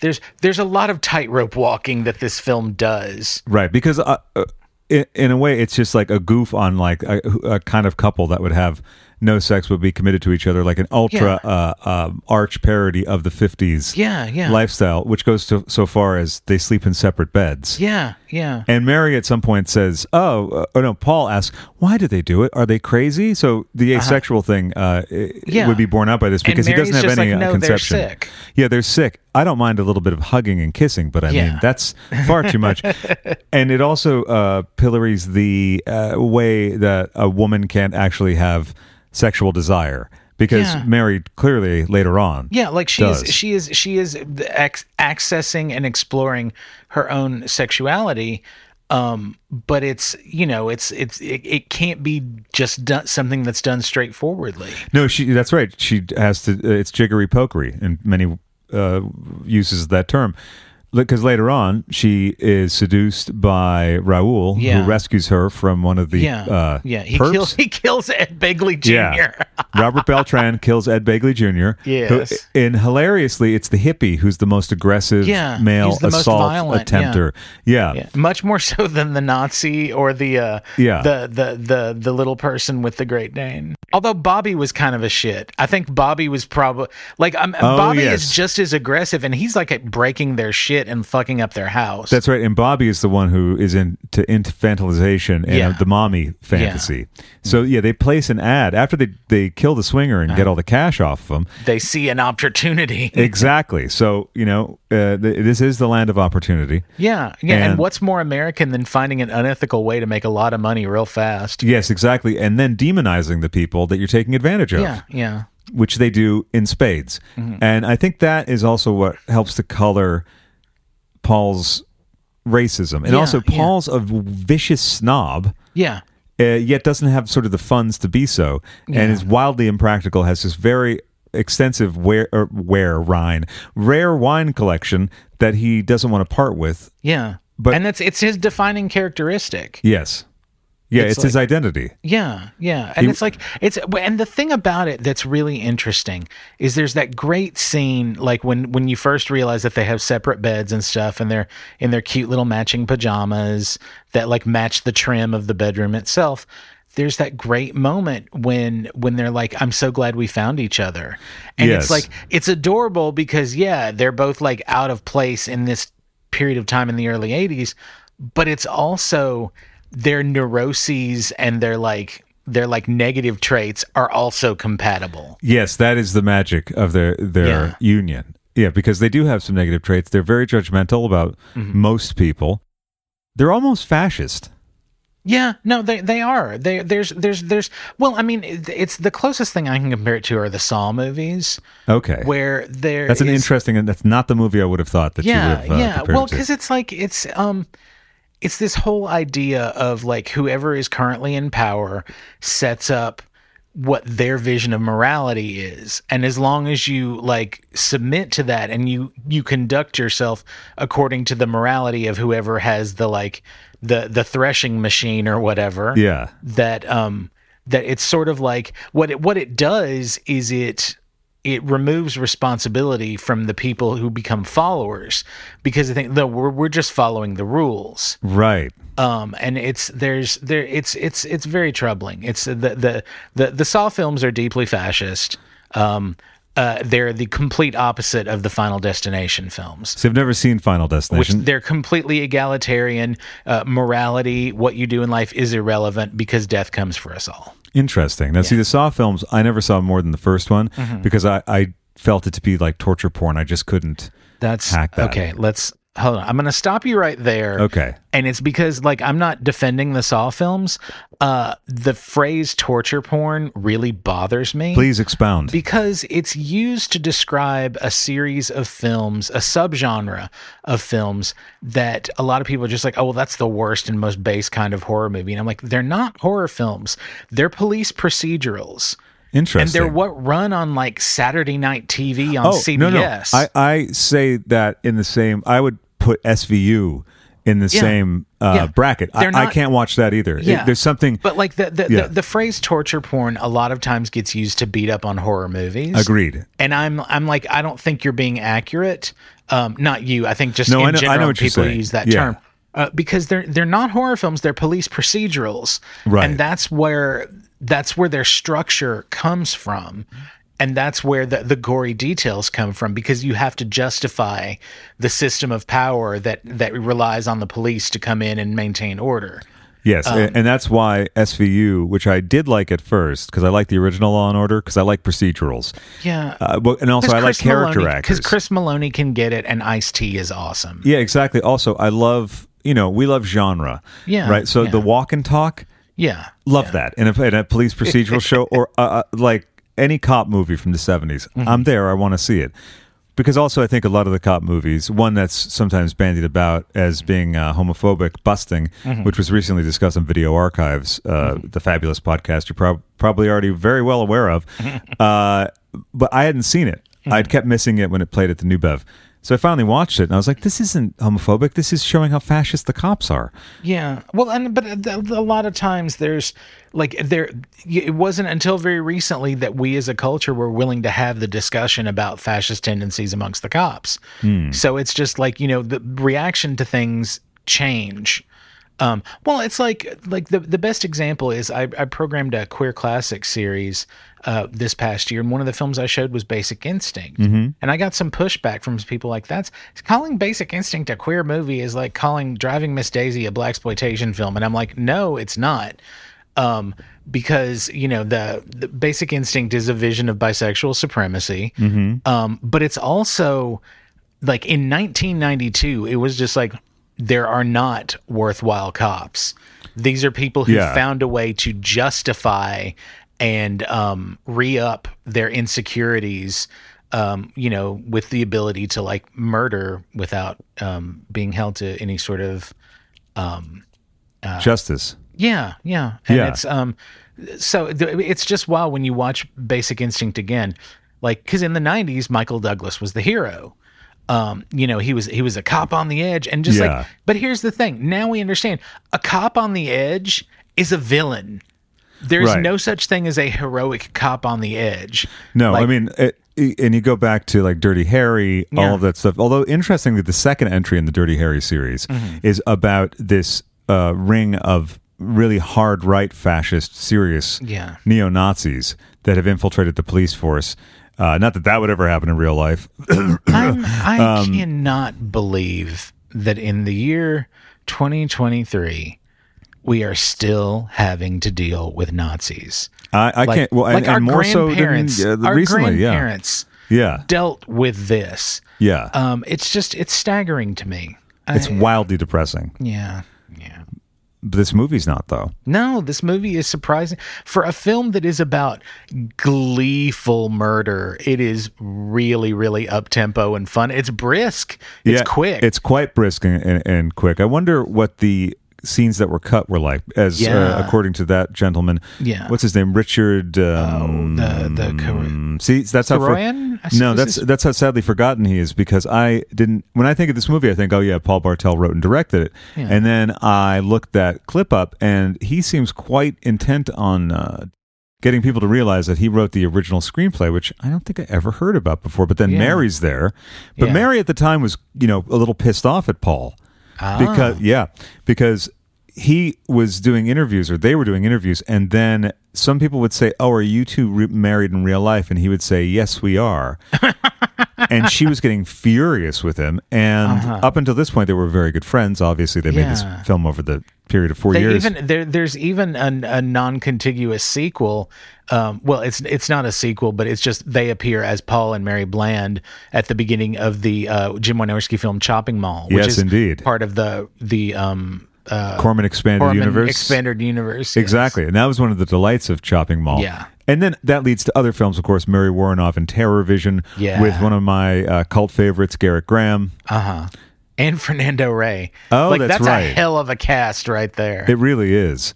Speaker 2: there's there's a lot of tightrope walking that this film does.
Speaker 1: right because uh, uh, in, in a way it's just like a goof on like a, a kind of couple that would have no sex would be committed to each other like an ultra uh, um, arch parody of the 50s
Speaker 2: Yeah, yeah.
Speaker 1: lifestyle which goes to so far as they sleep in separate beds
Speaker 2: Yeah, yeah.
Speaker 1: And Mary at some point says, "Oh, uh, oh no." Paul asks, "Why do they do it? Are they crazy?" So the asexual thing uh, i-
Speaker 2: Uh-huh. Yeah.
Speaker 1: would be borne out by this
Speaker 2: And
Speaker 1: because he doesn't
Speaker 2: Mary's
Speaker 1: have
Speaker 2: just
Speaker 1: any
Speaker 2: like,
Speaker 1: uh,
Speaker 2: "No, they're
Speaker 1: conception.
Speaker 2: sick."
Speaker 1: Yeah, they're sick. I don't mind a little bit of hugging and kissing, but I
Speaker 2: Yeah.
Speaker 1: mean that's far too much. and it also uh, pillories the uh, way that a woman can't actually have sexual desire because
Speaker 2: Yeah.
Speaker 1: Mary clearly later on,
Speaker 2: Yeah, like she is,
Speaker 1: does.
Speaker 2: she is she is the ex- accessing and exploring her own sexuality um but it's you know it's it's it, it can't be just done something that's done straightforwardly
Speaker 1: No, she. That's right. She has to. Uh, it's jiggery pokery in many uh, uses of that term. Because later on, she is seduced by Raul,
Speaker 2: Yeah.
Speaker 1: who rescues her from one of the
Speaker 2: yeah
Speaker 1: uh,
Speaker 2: yeah he
Speaker 1: perps.
Speaker 2: kills he kills ed begley jr
Speaker 1: Robert Beltran kills Ed Begley Jr. who-
Speaker 2: Yes.
Speaker 1: and hilariously, it's the hippie who's the most aggressive
Speaker 2: Yeah,
Speaker 1: male
Speaker 2: he's the most
Speaker 1: assault
Speaker 2: violent,
Speaker 1: attempter. Yeah.
Speaker 2: Yeah, much more so than the Nazi or the uh,
Speaker 1: Yeah.
Speaker 2: the, the the the little person with the Great Dane. Although Bobby was kind of a shit, I think Bobby was probably like I'm, Bobby
Speaker 1: Oh, yes.
Speaker 2: is just as aggressive, and he's like at breaking their shit and fucking up their house.
Speaker 1: That's right. And Bobby is the one who is into infantilization and
Speaker 2: Yeah. Mm-hmm.
Speaker 1: the mommy fantasy. So yeah, they place an ad after they they kill the swinger and
Speaker 2: Uh-huh.
Speaker 1: get all the cash off of him.
Speaker 2: they see an opportunity.
Speaker 1: Exactly. So you know, uh, th- this is the land of opportunity.
Speaker 2: yeah, yeah. And,
Speaker 1: And-
Speaker 2: what's more American than finding an unethical way to make a lot of money real fast?
Speaker 1: Yes, exactly. And then demonizing the people that you're taking advantage of.
Speaker 2: yeah, Mm-hmm. yeah.
Speaker 1: which they do in spades. And I think that is also what helps to color Paul's racism. And
Speaker 2: Yeah,
Speaker 1: also,
Speaker 2: yeah.
Speaker 1: Paul's a vicious snob.
Speaker 2: yeah.
Speaker 1: uh, yet doesn't have sort of the funds to be so and is wildly impractical has this very extensive ware, er, ware wine, rare wine collection that he doesn't want to part with.
Speaker 2: Yeah.
Speaker 1: But-
Speaker 2: and that's it's his defining characteristic.
Speaker 1: Yes. Yeah, it's,
Speaker 2: It's
Speaker 1: his identity.
Speaker 2: Yeah, yeah. And it's like it's and the thing about it that's really interesting is there's that great scene like when when you first realize that they have separate beds and stuff and they're in their cute little matching pajamas that like match the trim of the bedroom itself. There's that great moment when when they're like I'm so glad we found each other. And
Speaker 1: Yes.
Speaker 2: it's like it's adorable because yeah, they're both like out of place in this period of time in the early 80s, but it's also their neuroses and their like their like negative traits are also compatible.
Speaker 1: Yes, that is the magic of their their
Speaker 2: Yeah.
Speaker 1: union. Yeah, because they do have some negative traits. They're very judgmental about
Speaker 2: Mm-hmm.
Speaker 1: most people. They're almost fascist.
Speaker 2: Yeah, no, they they are. They there's there's there's well, I mean, it- it's the closest thing I can compare it to are the Saw movies
Speaker 1: Okay.
Speaker 2: where there
Speaker 1: that's an
Speaker 2: is-
Speaker 1: interesting and that's not the movie I would have thought that you would have uh,
Speaker 2: yeah
Speaker 1: compared
Speaker 2: well
Speaker 1: it to.
Speaker 2: because it's like it's um it's this whole idea of like whoever is currently in power sets up what their vision of morality is and as long as you like submit to that and you you conduct yourself according to the morality of whoever has the like the the threshing machine or whatever
Speaker 1: Yeah.
Speaker 2: that um that it's sort of like what it what it does is it it removes responsibility from the people who become followers because they think no we're we're just following the rules
Speaker 1: Right.
Speaker 2: um and it's there's there it's it's it's very troubling it's the the the the Saw films are deeply fascist um uh they're the complete opposite of the Final Destination films
Speaker 1: So I've never seen Final
Speaker 2: which
Speaker 1: Destination.
Speaker 2: they're completely egalitarian uh, morality what you do in life is irrelevant because death comes for us all
Speaker 1: Interesting. Now, see, the Saw films, I never saw more than the first one
Speaker 2: Mm-hmm.
Speaker 1: because I, I felt it to be like torture porn. I just couldn't.
Speaker 2: That's
Speaker 1: hack that.
Speaker 2: okay. Let's hold on. I'm going to stop you right there.
Speaker 1: Okay.
Speaker 2: And it's because like I'm not defending the Saw films. Uh, the phrase torture porn really bothers me.
Speaker 1: Please expound.
Speaker 2: Because it's used to describe a series of films, a subgenre of films that a lot of people are just like, oh, well, that's the worst and most base kind of horror movie. And I'm like, they're not horror films, they're police procedurals. And
Speaker 1: Interesting.
Speaker 2: they're what run on like Saturday night TV on
Speaker 1: oh,
Speaker 2: CBS.
Speaker 1: No, no. I, I say that in the same, I would put SVU in the
Speaker 2: Yeah.
Speaker 1: same uh,
Speaker 2: Yeah.
Speaker 1: bracket. I,
Speaker 2: They're
Speaker 1: I
Speaker 2: not-
Speaker 1: can't watch that either. It-
Speaker 2: Yeah.
Speaker 1: there's something.
Speaker 2: But like the the,
Speaker 1: Yeah.
Speaker 2: the the phrase torture porn a lot of times gets used to beat up on horror movies.
Speaker 1: Agreed.
Speaker 2: And I'm I'm like I don't think you're being accurate. Um, not you. I think just
Speaker 1: No,
Speaker 2: in
Speaker 1: I know- I
Speaker 2: general
Speaker 1: know what you're
Speaker 2: people
Speaker 1: saying.
Speaker 2: use that
Speaker 1: Yeah.
Speaker 2: term. Uh, because they're they're not horror films, they're police procedurals.
Speaker 1: Right.
Speaker 2: And that's where that's where their structure comes from. And that's where the, the gory details come from because you have to justify the system of power that, that relies on the police to come in and maintain order.
Speaker 1: Yes,
Speaker 2: Um,
Speaker 1: a- and that's why SVU, which I did like at first, because I like the original Law and Order, because I like procedurals.
Speaker 2: Yeah.
Speaker 1: Uh, but, and also I like character actors.
Speaker 2: Because Chris Maloney can get it, and Ice T is awesome.
Speaker 1: Yeah, exactly. Also, I love you know we love genre.
Speaker 2: Yeah,
Speaker 1: Right. So
Speaker 2: yeah.
Speaker 1: the walk and talk,
Speaker 2: Yeah.
Speaker 1: love that in a, in a police procedural show or uh, uh, like any cop movie from the 70s I'm there. I want to see it because also I think a lot of the cop movies, one that's sometimes bandied about as being uh, homophobic, busting, which was recently discussed on Video Archives, uh, the fabulous podcast you're prob- probably already very well aware of. uh, but I hadn't seen it. I'd kept missing it when it played at the New Bev. So I finally watched it and I was like, this isn't homophobic. This is showing how fascist the cops are.
Speaker 2: Yeah. Well, and but a, a lot of times there's like there. It wasn't until very recently that we as a culture were willing to have the discussion about fascist tendencies amongst the cops.
Speaker 1: Hmm.
Speaker 2: So it's just like you know the reaction to things change. Um, well, it's like like the the best example is I, I programmed a queer classic series uh, this past year, and one of the films I showed was Basic Instinct, and I got some pushback from people like that's calling Basic Instinct a queer movie is like calling Driving Miss Daisy a black exploitation film, and I'm like, no, it's not um, because you know the, the basic instinct is a vision of bisexual supremacy um, but it's also like in 1992 it was just like there are not worthwhile cops these are people who
Speaker 1: Yeah.
Speaker 2: found a way to justify and um, re-up their insecurities um, you know with the ability to like murder without um, being held to any sort of
Speaker 1: Justice.
Speaker 2: yeah, yeah, and
Speaker 1: Yeah.
Speaker 2: it's um, so th- it's just wow when you watch Basic Instinct again. Like, because in the '90s, Michael Douglas was the hero. Um, you know, he was he was a cop on the edge, and just
Speaker 1: Yeah.
Speaker 2: like. But here's the thing: now we understand a cop on the edge is a villain. There's
Speaker 1: Right.
Speaker 2: no such thing as a heroic cop on the edge.
Speaker 1: No, I
Speaker 2: Like-
Speaker 1: mean, it, and you go back to like Dirty Harry, all of that stuff. Although, interestingly, the second entry in the Dirty Harry series
Speaker 2: Mm-hmm.
Speaker 1: is about this uh, ring of really hard right fascist, serious
Speaker 2: Yeah.
Speaker 1: neo Nazis that have infiltrated the police force. Uh, not that that would ever happen in real life.
Speaker 2: I'm, I
Speaker 1: Um,
Speaker 2: cannot believe that in the year 2023, we are still having to deal with Nazis.
Speaker 1: I, I can't. Well, and,
Speaker 2: like
Speaker 1: and
Speaker 2: our
Speaker 1: more so than
Speaker 2: grandparents,
Speaker 1: yeah,
Speaker 2: our
Speaker 1: recently. Yeah,
Speaker 2: grandparents
Speaker 1: yeah,
Speaker 2: dealt with this.
Speaker 1: yeah.
Speaker 2: Um, it's just it's staggering to me. I-
Speaker 1: it's wildly depressing.
Speaker 2: yeah, yeah.
Speaker 1: But this movie's not though.
Speaker 2: No, this movie is surprising for a film that is about gleeful murder. It is really, really up tempo and fun. It's brisk. It's quick.
Speaker 1: It's quite brisk and, and, and quick. I wonder what the scenes that were cut were like, as uh,
Speaker 2: Yeah.
Speaker 1: according to that gentleman.
Speaker 2: Yeah. Oh,
Speaker 1: What's his name? Richard. Um,
Speaker 2: the the co-
Speaker 1: mm, See, that's how. for-
Speaker 2: Saroyan? I
Speaker 1: no,
Speaker 2: suppose
Speaker 1: that's
Speaker 2: it's-
Speaker 1: that's how sadly forgotten he is because I didn't. When I think of this movie, I think, oh yeah, Paul Bartel wrote and directed it, and then I looked that clip up, and he seems quite intent on uh, getting people to realize that he wrote the original screenplay, which I don't think I ever heard about before. But then
Speaker 2: Yeah.
Speaker 1: Mary's there, but
Speaker 2: Yeah.
Speaker 1: Mary at the time was, you know, a little pissed off at Paul
Speaker 2: Ah.
Speaker 1: because yeah, because he was doing interviews or they were doing interviews, and then some people would say, "Oh, are you two re- married in real life?" And he would say, "Yes, we are." and she was getting furious with him. And up until this point, they were very good friends. Obviously, they made
Speaker 2: Uh-huh. Yeah.
Speaker 1: this film over the period of four
Speaker 2: They
Speaker 1: years.
Speaker 2: even there, there's even an, a non-contiguous sequel. Um, well, it's it's not a sequel, but it's just they appear as Paul and Mary Bland at the beginning of the uh, Jim Wynorski film Chopping Mall, which
Speaker 1: Yes,
Speaker 2: is
Speaker 1: indeed.
Speaker 2: part of the the um, uh,
Speaker 1: Corman expanded
Speaker 2: Corman
Speaker 1: universe.
Speaker 2: expanded universe. yes.
Speaker 1: Exactly. And that was one of the delights of Chopping Mall.
Speaker 2: Yeah.
Speaker 1: And then that leads to other films, of course, Mary Warrenoff and Terror Vision
Speaker 2: Yeah.
Speaker 1: with one of my uh, cult favorites, Garrett Graham.
Speaker 2: Uh-huh. And Fernando Rey.
Speaker 1: Oh,
Speaker 2: like,
Speaker 1: that's
Speaker 2: a
Speaker 1: right.
Speaker 2: hell of a cast right there.
Speaker 1: It really is.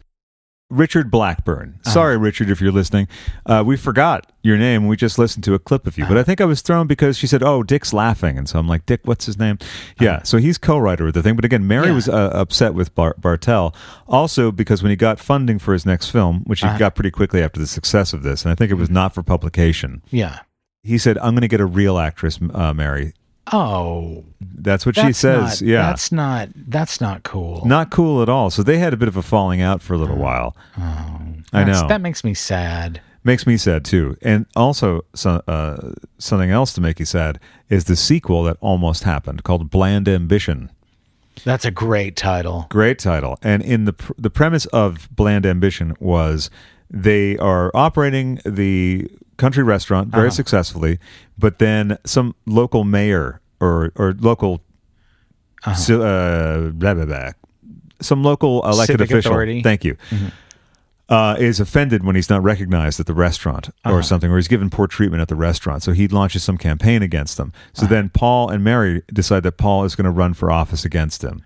Speaker 1: Richard Blackburn.
Speaker 2: Uh-huh.
Speaker 1: Sorry, Richard, if you're listening. Uh, we forgot your name. We just listened to a clip of you. But I think I was thrown because she said, oh, Dick's laughing. And so I'm like, Dick, what's his name? Yeah. So he's co writer with the thing. But again, Mary
Speaker 2: Uh-huh. Yeah.
Speaker 1: was uh, upset with Bar- Bartel also because when he got funding for his next film, which he
Speaker 2: Uh-huh.
Speaker 1: got pretty quickly after the success of this, and I think it
Speaker 2: Mm-hmm.
Speaker 1: was not for publication,
Speaker 2: yeah.
Speaker 1: he said, I'm going to get a real actress, uh, Mary.
Speaker 2: Oh,
Speaker 1: That's what she
Speaker 2: that's
Speaker 1: says.
Speaker 2: not-
Speaker 1: yeah.
Speaker 2: That's not. That's not cool.
Speaker 1: not cool at all. So they had a bit of a falling out for a little while. I
Speaker 2: Uh-huh. Oh, That's-
Speaker 1: know.
Speaker 2: that makes me sad.
Speaker 1: makes me sad too. And also, so, uh, something else to make you sad is the sequel that almost happened called Bland Ambition.
Speaker 2: That's a great title.
Speaker 1: Great title. And in the pr- the premise of Bland Ambition was they are operating the country restaurant very successfully, but then some local mayor or or local si- uh, blah, blah, blah, some local elected
Speaker 2: Civic
Speaker 1: official.
Speaker 2: authority.
Speaker 1: Thank you. Uh, is offended when he's not recognized at the restaurant or something, or he's given poor treatment at the restaurant. So he launches some campaign against them. So then Paul and Mary decide that Paul is going to run for office against him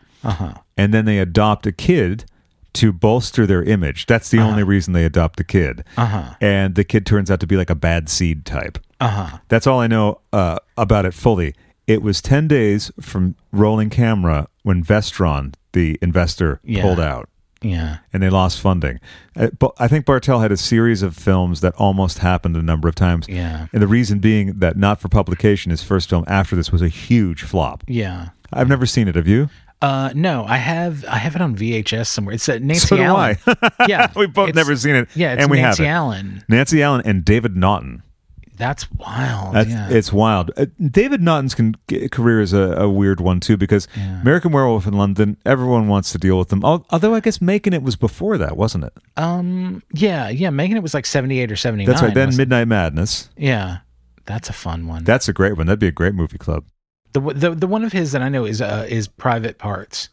Speaker 1: and then they adopt a kid to bolster their image. That's the only reason they adopt the kid. Uh-huh. And the kid turns out to be like a bad seed type. Uh-huh. That's all I know uh, about it fully. It was 10 days from rolling camera when Vestron, the investor,
Speaker 2: Yeah.
Speaker 1: pulled out
Speaker 2: Yeah.
Speaker 1: and they lost funding. Uh, but I think Bartel had a series of films that almost happened a number of times.
Speaker 2: Yeah.
Speaker 1: And the reason being that Not for Publication, his first film after this, was a huge flop.
Speaker 2: Yeah.
Speaker 1: I've never seen it. Have you?
Speaker 2: Uh, no, I have I have it on VHS somewhere. It's uh, Nancy
Speaker 1: So do
Speaker 2: Allen.
Speaker 1: I.
Speaker 2: yeah,
Speaker 1: We've both
Speaker 2: it's-
Speaker 1: never seen it,
Speaker 2: Yeah, it's
Speaker 1: and we have
Speaker 2: Nancy
Speaker 1: it.
Speaker 2: Allen.
Speaker 1: Nancy Allen and David Naughton.
Speaker 2: That's wild.
Speaker 1: That's,
Speaker 2: yeah.
Speaker 1: It's wild. Uh, David Naughton's con- g- career is a, a weird one too because American Werewolf in London. Everyone wants to deal with them. Al- Although I guess Making It was before that, wasn't it?
Speaker 2: um, yeah, yeah. Megan, it was like seventy eight or seventy nine.
Speaker 1: That's right. Then Midnight Madness.
Speaker 2: yeah, that's a fun one.
Speaker 1: That's a great one. That'd be a great movie club.
Speaker 2: the, w- the the one of his that I know is uh, is Private Parts.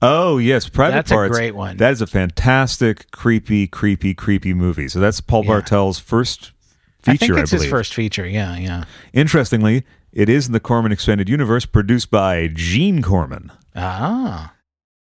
Speaker 1: Oh yes, Private
Speaker 2: That's a
Speaker 1: Parts.
Speaker 2: great one.
Speaker 1: That is a fantastic, creepy, creepy, creepy movie. So that's Paul
Speaker 2: Yeah.
Speaker 1: Bartel's first feature. I,
Speaker 2: I think it's
Speaker 1: believe.
Speaker 2: his first feature. Yeah, yeah.
Speaker 1: Interestingly, it is in the Corman Expanded Universe, produced by Gene Corman.
Speaker 2: Ah,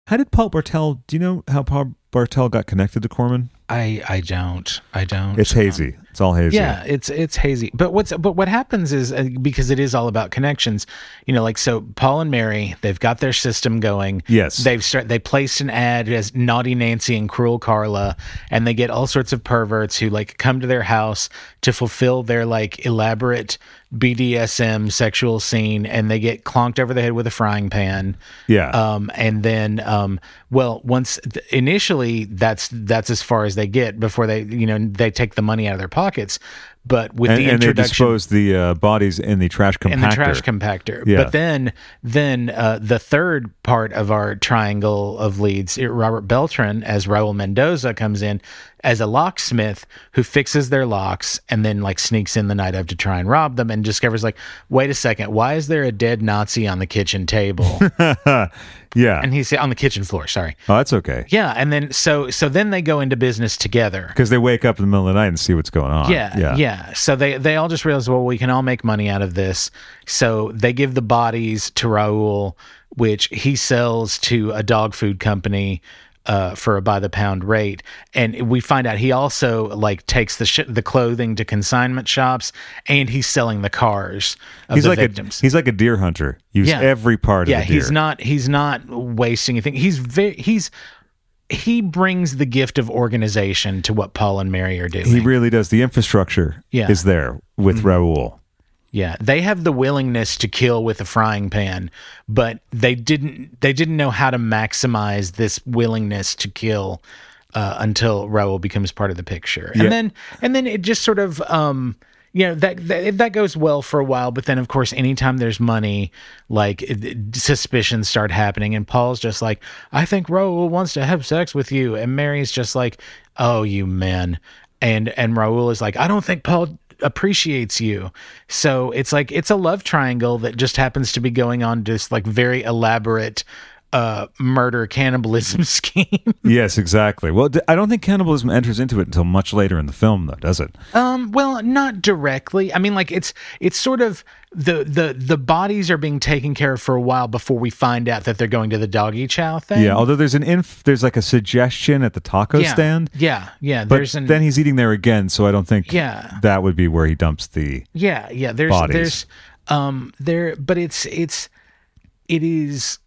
Speaker 1: How did Paul Bartel? Do you know how Paul Bartel got connected to Corman?
Speaker 2: I I don't. I don't.
Speaker 1: It's hazy. It's all hazy.
Speaker 2: yeah, it's it's hazy. But what's but what happens is uh, because it is all about connections, you know, like so Paul and Mary, they've got their system going.
Speaker 1: Yes.
Speaker 2: They've start they placed an ad as Naughty Nancy and Cruel Carla and they get all sorts of perverts who like come to their house to fulfill their like elaborate BDSM sexual scene and they get clonked over the head with a frying pan.
Speaker 1: Yeah.
Speaker 2: Um, and then, um, well, once th- initially that's that's as far as they get before they, you know, they take the money out of their pockets. But with
Speaker 1: And,
Speaker 2: the
Speaker 1: and they
Speaker 2: introduction
Speaker 1: dispose the uh, bodies in the trash compactor.
Speaker 2: and the trash compactor,
Speaker 1: Yeah.
Speaker 2: but then then uh, the third part of our triangle of leads, it- Robert Beltran as Raul Mendoza comes in as a locksmith who fixes their locks and then like sneaks in the night of to try and rob them and discovers like, wait a second, why is there a dead Nazi on the kitchen table?
Speaker 1: yeah.
Speaker 2: and he's on the kitchen floor. Sorry.
Speaker 1: oh, that's okay.
Speaker 2: Yeah, and then so so then they go into business together.
Speaker 1: Because they wake up in the middle of the night and see what's going on.
Speaker 2: Yeah, yeah, So they they all just realize, well, we can all make money out of this. So they give the bodies to Raul, which he sells to a dog food company uh, for a by the pound rate. And we find out he also like takes the sh- the clothing to consignment shops, and he's selling the cars of
Speaker 1: He's
Speaker 2: the
Speaker 1: like
Speaker 2: victims.
Speaker 1: a he's like a deer hunter. Use
Speaker 2: Yeah.
Speaker 1: every part
Speaker 2: yeah
Speaker 1: of the deer.
Speaker 2: he's not he's not wasting anything he's very he's he brings the gift of organization to what paul and mary are doing
Speaker 1: He really does. The infrastructure
Speaker 2: Yeah. Mm-hmm.
Speaker 1: is there with Raoul.
Speaker 2: yeah they have the willingness to kill with a frying pan but they didn't they didn't know how to maximize this willingness to kill uh, until Raoul becomes part of the picture and then and then it just sort of um you know that, that that goes well for a while but then of course anytime there's money like it- it- suspicions start happening and paul's just like i think raul wants to have sex with you and mary's just like oh you men and and raul is like i don't think paul appreciates you so it's like it's a love triangle that just happens to be going on this like very elaborate uh murder cannibalism scheme
Speaker 1: Yes, exactly. Well, d- I don't think cannibalism enters into it until much later in the film, though, does it?
Speaker 2: Um, well, not directly. I mean, like it's it's sort of the the the bodies are being taken care of for a while before we find out that they're going to the doggy chow thing.
Speaker 1: Yeah. Although there's an inf, there's like a suggestion at the taco
Speaker 2: Um, yeah,
Speaker 1: stand.
Speaker 2: Yeah, yeah.
Speaker 1: But
Speaker 2: There's an
Speaker 1: then he's eating there again, so I don't think
Speaker 2: Yeah.
Speaker 1: that would be where he dumps the.
Speaker 2: yeah, yeah. There's
Speaker 1: bodies.
Speaker 2: there's um there, but it's it's it is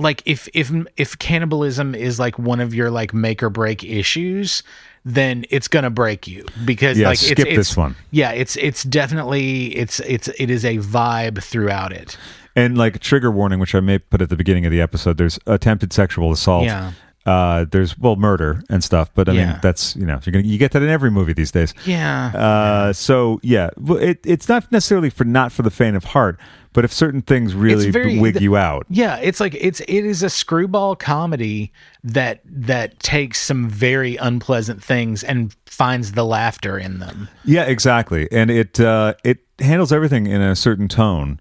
Speaker 2: like if if if cannibalism is like one of your like make or break issues then it's gonna break you because
Speaker 1: Yeah,
Speaker 2: like
Speaker 1: skip
Speaker 2: it's, it's
Speaker 1: this one.
Speaker 2: yeah it's it's definitely it's it's it is a vibe throughout it
Speaker 1: And like trigger warning, which I may put at the beginning of the episode, there's attempted sexual assault.
Speaker 2: Yeah.
Speaker 1: Uh, there's well murder and stuff, but I mean
Speaker 2: Yeah.
Speaker 1: that's you know if you're gonna you get that in every movie these days.
Speaker 2: yeah
Speaker 1: Uh, so yeah, well, it, it's not necessarily for not for the faint of heart, but if certain things really
Speaker 2: very-
Speaker 1: wig you out,
Speaker 2: Yeah, it's like it's it is a screwball comedy that that takes some very unpleasant things and finds the laughter in them.
Speaker 1: yeah, exactly. And it uh, it handles everything in a certain tone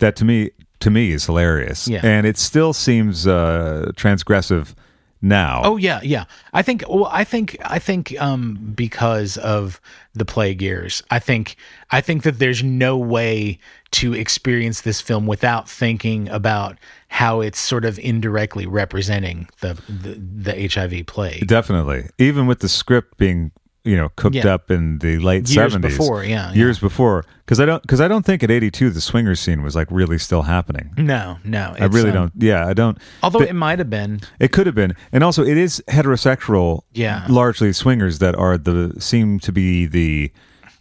Speaker 1: that to me to me is hilarious.
Speaker 2: Mm-hmm. Yeah.
Speaker 1: and it still seems uh, transgressive now.
Speaker 2: Oh yeah, yeah. I think well, I think I think um because of the plague years, I think I think that there's no way to experience this film without thinking about how it's sort of indirectly representing the the, the HIV plague.
Speaker 1: Definitely. Even with the script being, you know, cooked
Speaker 2: Yeah.
Speaker 1: up in the late
Speaker 2: Years
Speaker 1: 70s.
Speaker 2: before, yeah, yeah.
Speaker 1: Years before. Cuz I don't cuz I don't think at 82 the swinger scene was like really still happening.
Speaker 2: No, no. um,
Speaker 1: I really don't. Yeah, I don't.
Speaker 2: Although
Speaker 1: but
Speaker 2: it might have been.
Speaker 1: it could have been. And also it is heterosexual
Speaker 2: Yeah.
Speaker 1: largely swingers that are the seem to be the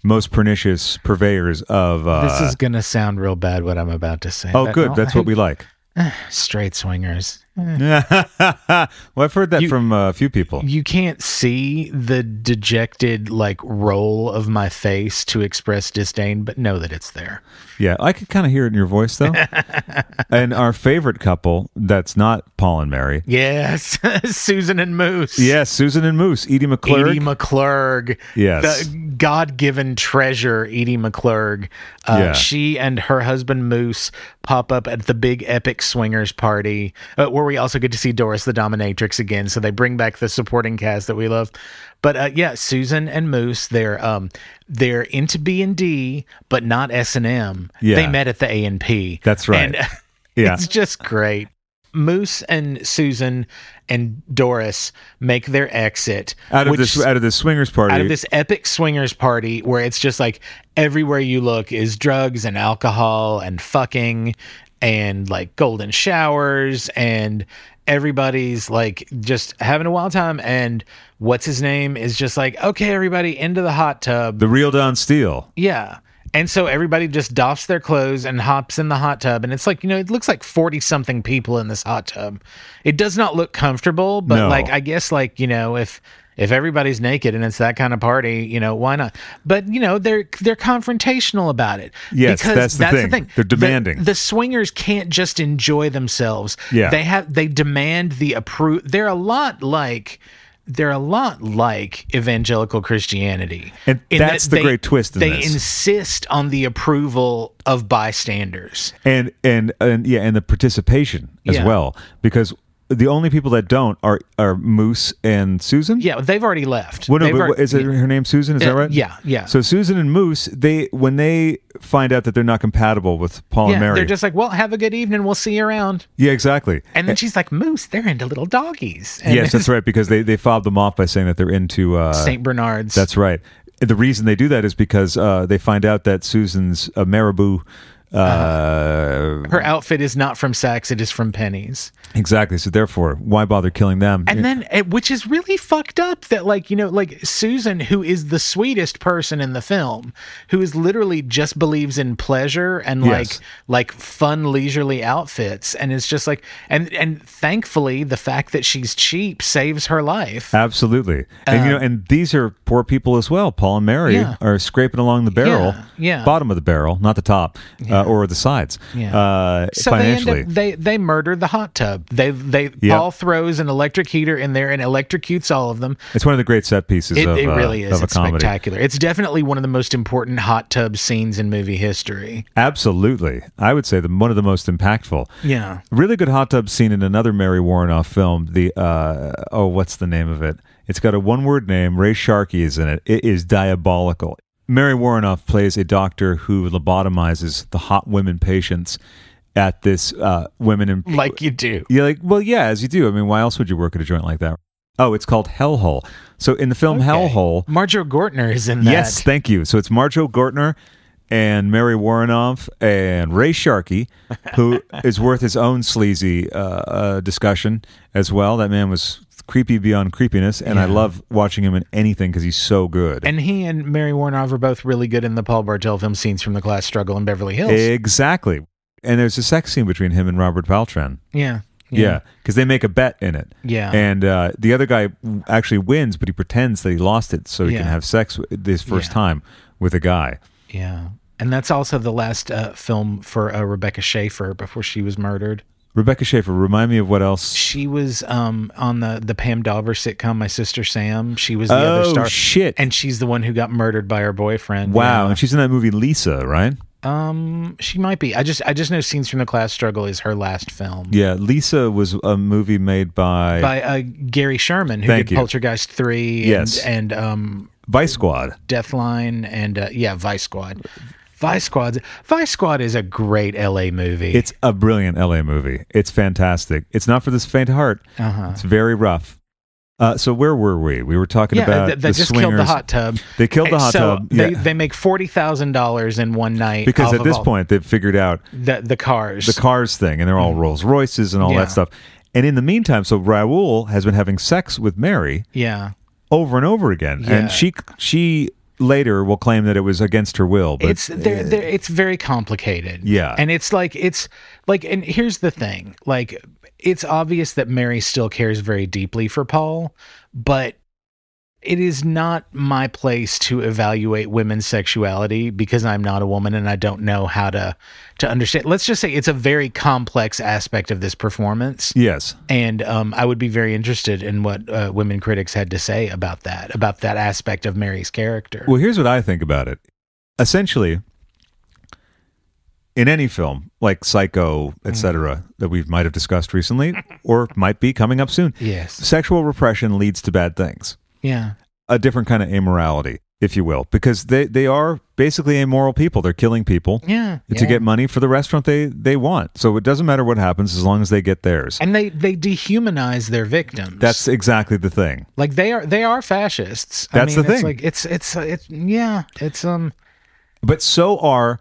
Speaker 1: most pernicious purveyors of uh
Speaker 2: This is gonna sound real bad what I'm about to say.
Speaker 1: Oh
Speaker 2: but
Speaker 1: good,
Speaker 2: I'll-
Speaker 1: that's what we like.
Speaker 2: straight swingers.
Speaker 1: well, I've heard that
Speaker 2: You-
Speaker 1: from uh, a few people.
Speaker 2: You can't see the dejected like roll of my face to express disdain, but know that it's there.
Speaker 1: Yeah, I could kind of hear it in your voice though. and our favorite couple that's not Paul and Mary
Speaker 2: Yes, Susan and Moose.
Speaker 1: Yes, Susan and Moose, Edie McClurg.
Speaker 2: Edie McClurg,
Speaker 1: Yes.
Speaker 2: the God-given treasure, Edie McClurg. Uh,
Speaker 1: Yeah.
Speaker 2: She and her husband Moose pop up at the big epic swingers party, uh, where we also get to see Doris the Dominatrix again. So they bring back the supporting cast that we love. But uh, yeah, Susan and Moose, they're um, they're into B and D, but not S and M.
Speaker 1: Yeah.
Speaker 2: They met at the A and P.
Speaker 1: That's right.
Speaker 2: And
Speaker 1: yeah,
Speaker 2: it's just great. Moose and Susan and Doris make their exit
Speaker 1: Out of
Speaker 2: which-
Speaker 1: this, out of this swingers party,
Speaker 2: out of this epic swingers party where it's just like everywhere you look is drugs and alcohol and fucking and like golden showers and everybody's like just having a wild time and what's his name is just like okay everybody into the hot tub
Speaker 1: the real Don Steele.
Speaker 2: yeah and so everybody just doffs their clothes and hops in the hot tub and it's like you know it looks like 40 something people in this hot tub it does not look comfortable but
Speaker 1: No.
Speaker 2: like i guess like you know if if everybody's naked and it's that kind of party you know why not but you know they're they're confrontational about it
Speaker 1: Yes, that's the thing. They're demanding.
Speaker 2: the, the swingers can't just enjoy themselves
Speaker 1: Yeah.
Speaker 2: they have they demand the approve they're a lot like they're a lot like evangelical Christianity.
Speaker 1: And
Speaker 2: in
Speaker 1: that's the great twist in
Speaker 2: they
Speaker 1: this.
Speaker 2: insist on the approval of bystanders.
Speaker 1: and and and yeah, and the participation as
Speaker 2: Yeah.
Speaker 1: well, because the only people that don't are are Moose and Susan.
Speaker 2: Yeah, they've already left.
Speaker 1: Well, no,
Speaker 2: They've
Speaker 1: but
Speaker 2: alre-
Speaker 1: what- is it her name Susan? Is
Speaker 2: Uh,
Speaker 1: that right?
Speaker 2: yeah, yeah.
Speaker 1: So Susan and Moose, they when they find out that they're not compatible with Paul
Speaker 2: yeah,
Speaker 1: and Mary,
Speaker 2: they're just like, well, have a good evening. We'll see you around.
Speaker 1: yeah, exactly.
Speaker 2: And then she's like, Moose, they're into little doggies. And
Speaker 1: yes, that's right, because they they fobbed them off by saying that they're into uh,
Speaker 2: St. Bernard's.
Speaker 1: That's right. The reason they do that is because uh, they find out that Susan's uh, marabou. Uh,
Speaker 2: her outfit is not from Saks, it is from Penny's.
Speaker 1: exactly. So therefore, why bother killing them?
Speaker 2: And then, eh, which is really fucked up that, like, you know, like Susan, who is the sweetest person in the film, who is literally just believes in pleasure and
Speaker 1: Yes.
Speaker 2: like, like fun, leisurely outfits. And it's just like, and, and thankfully, the fact that she's cheap saves her life.
Speaker 1: Uh, Absolutely. And you know, and these are poor people as well. Paul and Mary
Speaker 2: Uh. Yeah.
Speaker 1: are scraping along the barrel,
Speaker 2: Yeah, yeah.
Speaker 1: bottom of the barrel, not the top uh, or the sides.
Speaker 2: Yeah.
Speaker 1: Uh,
Speaker 2: so they end
Speaker 1: financially.
Speaker 2: up, they they murder the hot tub. They they
Speaker 1: Yep.
Speaker 2: Paul throws an electric heater in there and electrocutes all of them.
Speaker 1: it's one of the great set pieces
Speaker 2: It,
Speaker 1: of,
Speaker 2: it
Speaker 1: uh,
Speaker 2: really is.
Speaker 1: of a
Speaker 2: It's
Speaker 1: comedy.
Speaker 2: spectacular. It's definitely one of the most important hot tub scenes in movie history.
Speaker 1: Absolutely. I would say the one of the most impactful.
Speaker 2: Yeah.
Speaker 1: Really good hot tub scene in another Mary Warrenoff film. The uh, oh, what's the name of it? It's got a one word name. Ray Sharkey is in it. It is diabolical. Mary Warrenoff plays a doctor who lobotomizes the hot women patients at this uh, women in
Speaker 2: Like you do.
Speaker 1: you're like, well, yeah, as you do. I mean, why else would you work at a joint like that? Oh, it's called Hellhole. So in the film Hellhole,
Speaker 2: Marjo Gortner is in that.
Speaker 1: Yes, thank you. So it's Marjo Gortner and Mary Warrenoff and Ray Sharkey, who is worth his own sleazy uh, uh, discussion as well. That man was creepy beyond creepiness, and I love watching him in anything because he's so good.
Speaker 2: and he and Mary Warnoff are both really good in the Paul Bartel film scenes from the class struggle in Beverly Hills.
Speaker 1: Eh, exactly. And there's a sex scene between him and Robert Valtran.
Speaker 2: yeah.
Speaker 1: Yeah, because they make a bet in it.
Speaker 2: Yeah.
Speaker 1: and uh, the other guy w- actually wins, but he pretends that he lost it so he
Speaker 2: Yeah.
Speaker 1: can have sex w- this first
Speaker 2: Yeah.
Speaker 1: time with a guy.
Speaker 2: Yeah. And that's also the last uh, film for uh, Rebecca Schaefer before she was murdered.
Speaker 1: Rebecca Schaefer, remind me of what else?
Speaker 2: She was um, on the the Pam Dauber sitcom My Sister Sam. She was the other
Speaker 1: Oh,
Speaker 2: star.
Speaker 1: shit.
Speaker 2: And she's the one who got murdered by her boyfriend.
Speaker 1: Wow,
Speaker 2: Yeah. Um,
Speaker 1: and she's in that movie Lisa, right?
Speaker 2: She might be. I just I just know Scenes from the Class Struggle is her last film.
Speaker 1: Yeah, Lisa was a movie made by,
Speaker 2: By uh, Gary Sherman, who
Speaker 1: Thank
Speaker 2: did
Speaker 1: you.
Speaker 2: Poltergeist 3
Speaker 1: Yes.
Speaker 2: and, and um,
Speaker 1: Vice Squad.
Speaker 2: Deathline and uh, yeah, Vice Squad. Vice Squad's Vice Squad is a great LA movie.
Speaker 1: It's a brilliant LA movie. It's fantastic. It's not for this faint heart.
Speaker 2: Uh-huh.
Speaker 1: It's very rough. Uh, so where were we? We were talking
Speaker 2: yeah,
Speaker 1: about
Speaker 2: th- they
Speaker 1: the
Speaker 2: just
Speaker 1: swingers.
Speaker 2: killed the hot tub.
Speaker 1: They killed the hot
Speaker 2: so
Speaker 1: tub,
Speaker 2: They,
Speaker 1: yeah.
Speaker 2: they make forty thousand dollars in one night
Speaker 1: because
Speaker 2: off
Speaker 1: at
Speaker 2: of
Speaker 1: this
Speaker 2: all
Speaker 1: point they've figured out
Speaker 2: the, the cars.
Speaker 1: the cars thing, and they're all Rolls Royces and all
Speaker 2: Mm-hmm. Yeah.
Speaker 1: that stuff. And in the meantime, so Raul has been having sex with Mary
Speaker 2: yeah,
Speaker 1: over and over again,
Speaker 2: Yeah.
Speaker 1: and she she later will claim that it was against her will. But
Speaker 2: it's they're, they're, it's very complicated.
Speaker 1: Yeah.
Speaker 2: and it's like it's like and here's the thing: like it's obvious that Mary still cares very deeply for Paul, but it is not my place to evaluate women's sexuality because I'm not a woman and I don't know how to to understand. Let's just say it's a very complex aspect of this performance,
Speaker 1: yes,
Speaker 2: and um, I would be very interested in what uh, women critics had to say about that, about that aspect of Mary's character.
Speaker 1: Well, here's what I think about it. Essentially, in any film like Psycho,
Speaker 2: Mm.
Speaker 1: etc., that we might have discussed recently or might be coming up soon,
Speaker 2: Yes.
Speaker 1: sexual repression leads to bad things,
Speaker 2: Yeah.
Speaker 1: a different kind of amorality. if you will, because they, they are basically immoral people. They're killing people
Speaker 2: Yeah,
Speaker 1: to
Speaker 2: yeah.
Speaker 1: get money for the restaurant they, they want. So it doesn't matter what happens as long as they get theirs.
Speaker 2: and they they dehumanize their victims.
Speaker 1: That's exactly the thing.
Speaker 2: like they are they are fascists.
Speaker 1: That's
Speaker 2: I mean,
Speaker 1: the
Speaker 2: It's
Speaker 1: thing.
Speaker 2: like it's it's it's yeah. It's um
Speaker 1: But so are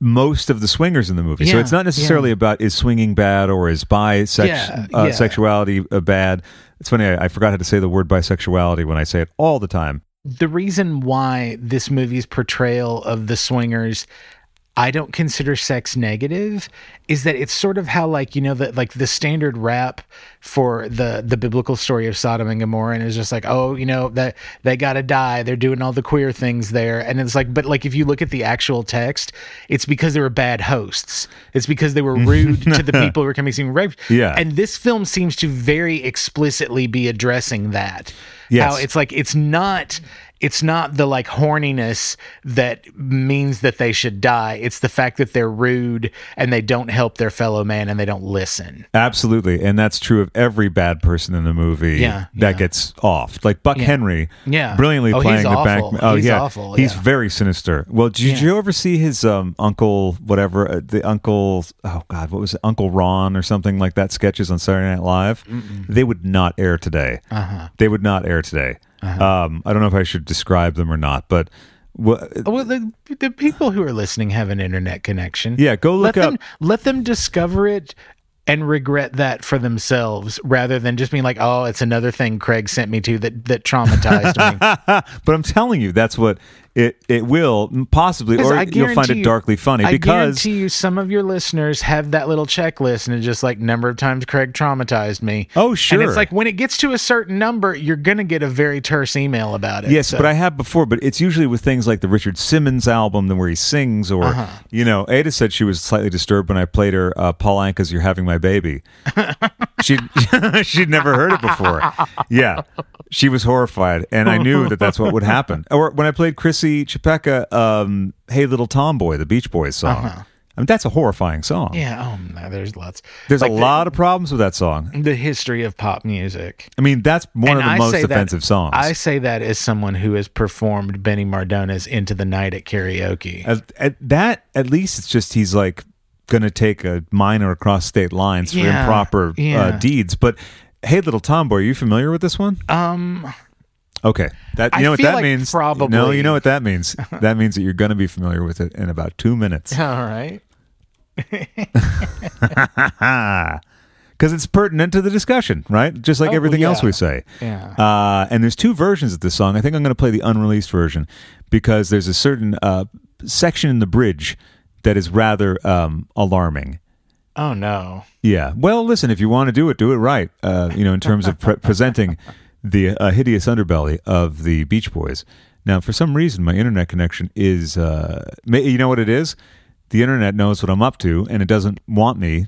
Speaker 1: most of the swingers in the movie. so
Speaker 2: Yeah,
Speaker 1: it's not necessarily about is swinging bad or is bisex-
Speaker 2: Yeah,
Speaker 1: uh,
Speaker 2: yeah.
Speaker 1: sexuality uh, bad. It's funny, I, I forgot how to say the word bisexuality when I say it all the time.
Speaker 2: the reason why this movie's portrayal of the swingers I don't consider sex negative is that it's sort of how like you know the like the standard rap for the the biblical story of Sodom and Gomorrah and it's just like oh you know that they got to die they're doing all the queer things there and it's like but like if you look at the actual text it's because they were bad hosts it's because they were rude to the people who were coming seeing raped
Speaker 1: Yeah.
Speaker 2: and this film seems to very explicitly be addressing that
Speaker 1: Yes.
Speaker 2: how it's like it's not it's not the like horniness that means that they should die it's the fact that they're rude and they don't help their fellow man and they don't listen
Speaker 1: Absolutely. And that's true of every bad person in the movie
Speaker 2: Yeah,
Speaker 1: that
Speaker 2: yeah.
Speaker 1: gets off. Like Buck Henry,
Speaker 2: Yeah.
Speaker 1: brilliantly
Speaker 2: Oh, he's
Speaker 1: playing the
Speaker 2: awful.
Speaker 1: back. Oh,
Speaker 2: He's
Speaker 1: yeah.
Speaker 2: awful,
Speaker 1: He's
Speaker 2: yeah.
Speaker 1: very sinister. Well, did
Speaker 2: Yeah.
Speaker 1: you ever see his um, uncle, whatever, uh, the uncle, oh God, what was it? Uncle Ron or something like that sketches on Saturday Night Live? They would not air today. Uh-huh. They would not air today.
Speaker 2: Uh-huh.
Speaker 1: Um, I don't know if I should describe them or not, but wha-
Speaker 2: well the, the people who are listening have an internet connection
Speaker 1: yeah, go
Speaker 2: let
Speaker 1: look up.
Speaker 2: them let them discover it and regret that for themselves rather than just being like oh it's another thing craig sent me to that that traumatized me
Speaker 1: but I'm telling you, that's what it, it will possibly,
Speaker 2: Because
Speaker 1: or
Speaker 2: I
Speaker 1: you'll find
Speaker 2: guarantee
Speaker 1: it
Speaker 2: you-
Speaker 1: darkly funny
Speaker 2: I
Speaker 1: because.
Speaker 2: guarantee you, some of your listeners have that little checklist, and it's just like number of times Craig traumatized me.
Speaker 1: Oh,
Speaker 2: And
Speaker 1: sure.
Speaker 2: it's like when it gets to a certain number, you're gonna get a very terse email about it.
Speaker 1: Yes,
Speaker 2: So-
Speaker 1: but I have before, but it's usually with things like the Richard Simmons album then where he sings or
Speaker 2: Uh-huh.
Speaker 1: you know, Ada said she was slightly disturbed when I played her uh, Paul Anka's You're Having My Baby. She she'd never heard it before. Yeah. She was horrified and I knew that that's what would happen. Or when I played Chrissy Chipeka um Hey Little Tomboy, the Beach Boys song.
Speaker 2: Uh-huh.
Speaker 1: I mean that's a horrifying song.
Speaker 2: yeah, oh, no, there's lots.
Speaker 1: There's
Speaker 2: Like
Speaker 1: a
Speaker 2: the-
Speaker 1: lot of problems with that song.
Speaker 2: The history of pop music.
Speaker 1: I mean, that's one
Speaker 2: And
Speaker 1: of the
Speaker 2: I
Speaker 1: most
Speaker 2: say that-
Speaker 1: offensive songs.
Speaker 2: I say that as someone who has performed Benny Mardona's "Into the Night" at karaoke.
Speaker 1: At, at that, at least it's just he's like going to take a minor across state lines for
Speaker 2: Yeah,
Speaker 1: improper
Speaker 2: yeah.
Speaker 1: uh, deeds. But hey, little tomboy, are you familiar with this one? Um. Okay, that you
Speaker 2: I
Speaker 1: know what
Speaker 2: feel
Speaker 1: that
Speaker 2: like
Speaker 1: means.
Speaker 2: probably.
Speaker 1: no, you know what that means. that means that you're going to be familiar with it in about two minutes
Speaker 2: All right.
Speaker 1: because it's pertinent to the discussion, right? Just like everything
Speaker 2: Oh, yeah.
Speaker 1: else we say.
Speaker 2: Yeah.
Speaker 1: Uh, and there's two versions of this song. I think I'm going to play the unreleased version because there's a certain uh, section in the bridge that is rather um, alarming.
Speaker 2: Oh no.
Speaker 1: Yeah. Well, listen, if you want to do it, do it right. Uh, you know, in terms of pre- presenting the uh, hideous underbelly of the Beach Boys. Now, for some reason, my internet connection is, uh, ma- you know what it is? The internet knows what I'm up to, and it doesn't want me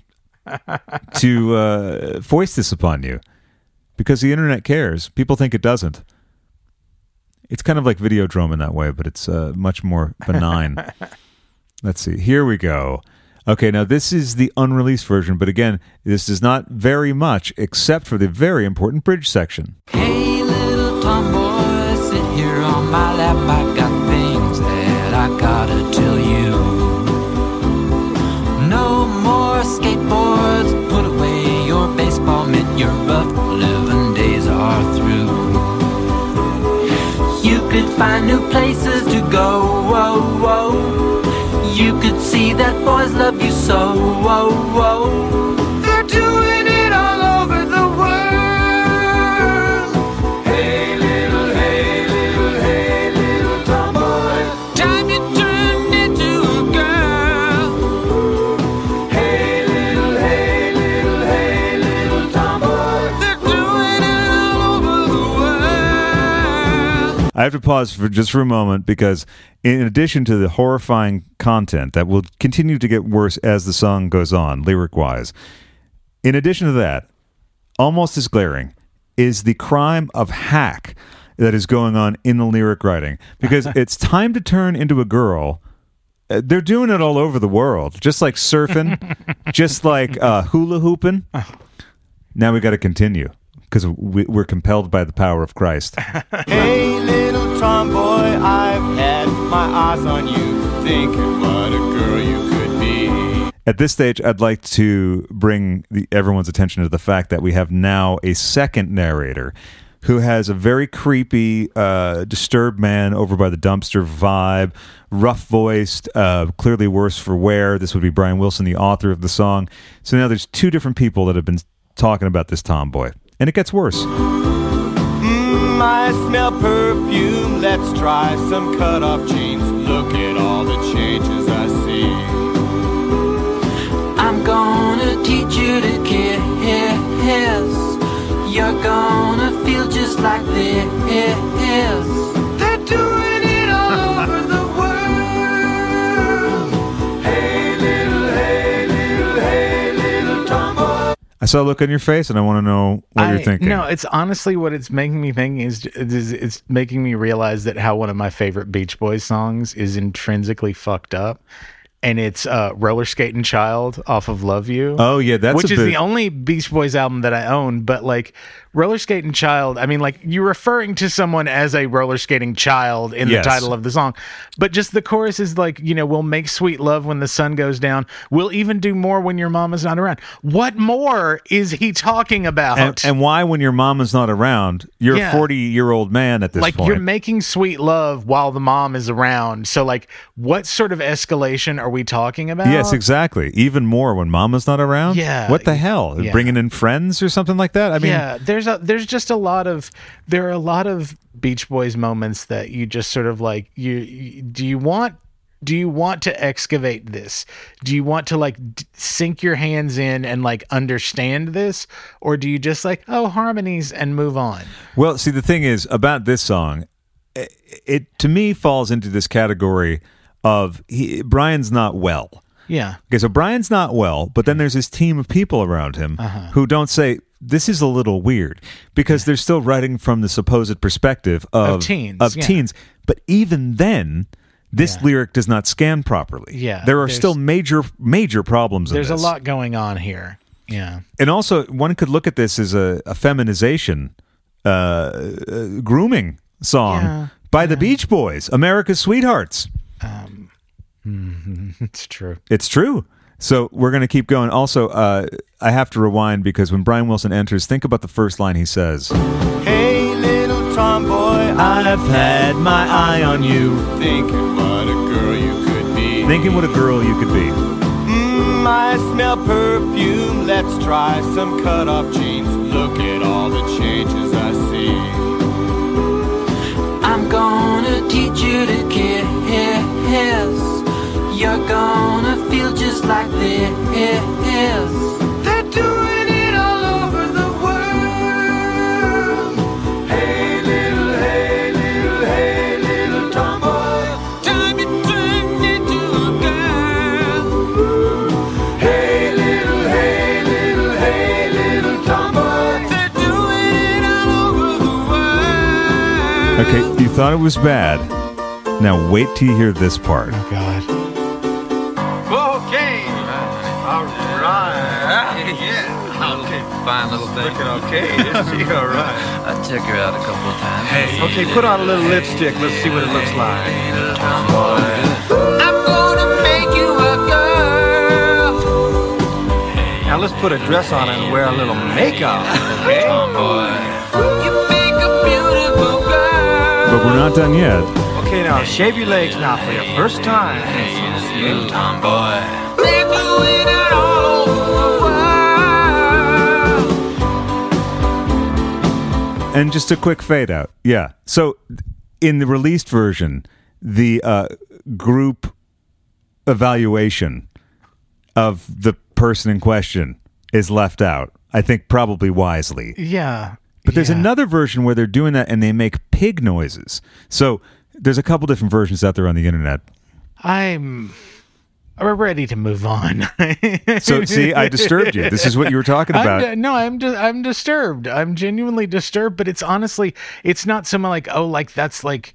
Speaker 1: to uh, foist this upon you because the internet cares. People think it doesn't. It's kind of like Videodrome in that way, but it's uh, much more benign. Let's see. Here we go. Okay, now this is the unreleased version, but again, this is not very much except for the very important bridge section.
Speaker 8: Hey, little tomboy, sit here on my lap. I got things that I gotta tell you. No more skateboards, put away your baseball mitt, your rough 11 days are through. You could find new places to go, whoa, whoa. You could see that boys love you so, whoa, whoa. They're doing it all over the world. Hey little, hey little, hey little tomboy. Time you turned into a girl. Hey little, hey little, hey little tomboy. They're doing it all over the world.
Speaker 1: I have to pause for just for a moment because, in addition to the horrifying content that will continue to get worse as the song goes on, lyric wise, in addition to that, almost as glaring is the crime of hack that is going on in the lyric writing because it's time to turn into a girl. Uh, They're doing it all over the world, just like surfing, just like uh, hula hooping. Now we got to continue because we, we're compelled by the power of Christ.
Speaker 9: Hey, little tomboy, I've had my eyes on you, thinking what a girl you could be.
Speaker 1: At this stage, I'd like to bring the, everyone's attention to the fact that we have now a second narrator who has a very creepy, uh, disturbed man over by the dumpster vibe, rough voiced, uh, clearly worse for wear. This would be Brian Wilson, the author of the song. So now there's two different people that have been talking about this tomboy, and it gets worse.
Speaker 9: Mmm, I smell perfume, let's try some cut off jeans. Look at all the changes I see.
Speaker 8: I'm gonna teach you to kiss. You're gonna feel just like this.
Speaker 9: They're doing it all over the world. Hey, little, hey, little, hey, little tomboy.
Speaker 1: I saw a look on your face, and I want to know what
Speaker 2: I-
Speaker 1: you're thinking.
Speaker 2: No, it's honestly what it's making me think is, is it's making me realize that how one of my favorite Beach Boys songs is intrinsically fucked up, and it's uh, "Roller Skating Child" off of "Love You."
Speaker 1: Oh, yeah, that's
Speaker 2: which
Speaker 1: a
Speaker 2: is
Speaker 1: bit-
Speaker 2: the only Beach Boys album that I own. But like "Roller Skating Child," I mean, like you're referring to someone as a roller skating child in
Speaker 1: Yes.
Speaker 2: the title of the song, but just the chorus is like, you know, we'll make sweet love when the sun goes down. We'll even do more when your mama's not around. What more is he talking about?
Speaker 1: and, and why, when your mama's not around, you're
Speaker 2: Yeah.
Speaker 1: a 40 year old man at this
Speaker 2: like
Speaker 1: point.
Speaker 2: you're making sweet love while the mom is around so like what sort of escalation are we talking about
Speaker 1: Yes, exactly. Even more when Mama's not around.
Speaker 2: Yeah.
Speaker 1: What the hell?
Speaker 2: Yeah.
Speaker 1: Bringing in friends or something like that. I mean,
Speaker 2: yeah there's a there's just a lot of there are a lot of beach boys moments that you just sort of like you, you do you want do you want to excavate this do you want to like d- sink your hands in and like understand this or do you just like oh harmonies and move on
Speaker 1: Well, see, the thing is about this song, it, it to me falls into this category of he, Brian's not well.
Speaker 2: yeah
Speaker 1: Okay, so Brian's not well, but
Speaker 2: Mm-hmm.
Speaker 1: then there's this team of people around him
Speaker 2: Uh-huh.
Speaker 1: who don't say this is a little weird because they're still writing from the supposed perspective of,
Speaker 2: teens,
Speaker 1: of
Speaker 2: yeah.
Speaker 1: teens. But even then, this lyric does not scan properly.
Speaker 2: Yeah,
Speaker 1: there are
Speaker 2: there's-
Speaker 1: still major major problems. in
Speaker 2: there's a
Speaker 1: this.
Speaker 2: lot going on here yeah
Speaker 1: and also one could look at this as a, a feminization uh, uh grooming song
Speaker 2: Yeah.
Speaker 1: by the beach boys america's sweethearts
Speaker 2: it's true
Speaker 1: it's true so we're going to keep going also uh, i have to rewind because when brian wilson enters think about the first line he says
Speaker 9: Hey, little tomboy, I've had my eye on you, thinking what a girl you could be.
Speaker 1: thinking what a girl you could be
Speaker 9: Mmm, I smell perfume. Let's try some cut off jeans. Look at all the changes I see.
Speaker 8: I'm gonna teach you to kiss. You're gonna feel just like this.
Speaker 9: They're doing it all over the world. Hey, little, hey, little, hey, little tomboy. Time you turned into a girl. Hey, little, hey, little, hey, little tomboy. They're doing it all over the world.
Speaker 1: okay you thought it was bad now wait till you hear this part
Speaker 2: god
Speaker 9: Okay. All right. Yeah. Okay.
Speaker 3: Fine little thing.
Speaker 9: Looking okay. Is she all right?
Speaker 3: I took her out a couple of times.
Speaker 9: Okay. Put on a little lipstick. Let's see what it looks like.
Speaker 8: I'm gonna make you a girl.
Speaker 9: Now let's put a dress on and wear a little makeup.
Speaker 8: You make a beautiful girl.
Speaker 1: but we're not done yet
Speaker 9: Okay. Now shave your legs now for your first time.
Speaker 8: They're doing it all over the world.
Speaker 1: and just a quick fade out. Yeah. So in the released version, the uh, group evaluation of the person in question is left out. I think probably wisely.
Speaker 2: yeah
Speaker 1: But there's
Speaker 2: Yeah.
Speaker 1: another version where they're doing that and they make pig noises. So there's a couple different versions out there on the internet.
Speaker 2: I'm we're ready to move on.
Speaker 1: So see, I disturbed you. This is what you were talking
Speaker 2: I'm
Speaker 1: about.
Speaker 2: di- no, I'm di- I'm disturbed. I'm genuinely disturbed, but it's honestly it's not so much like oh like that's like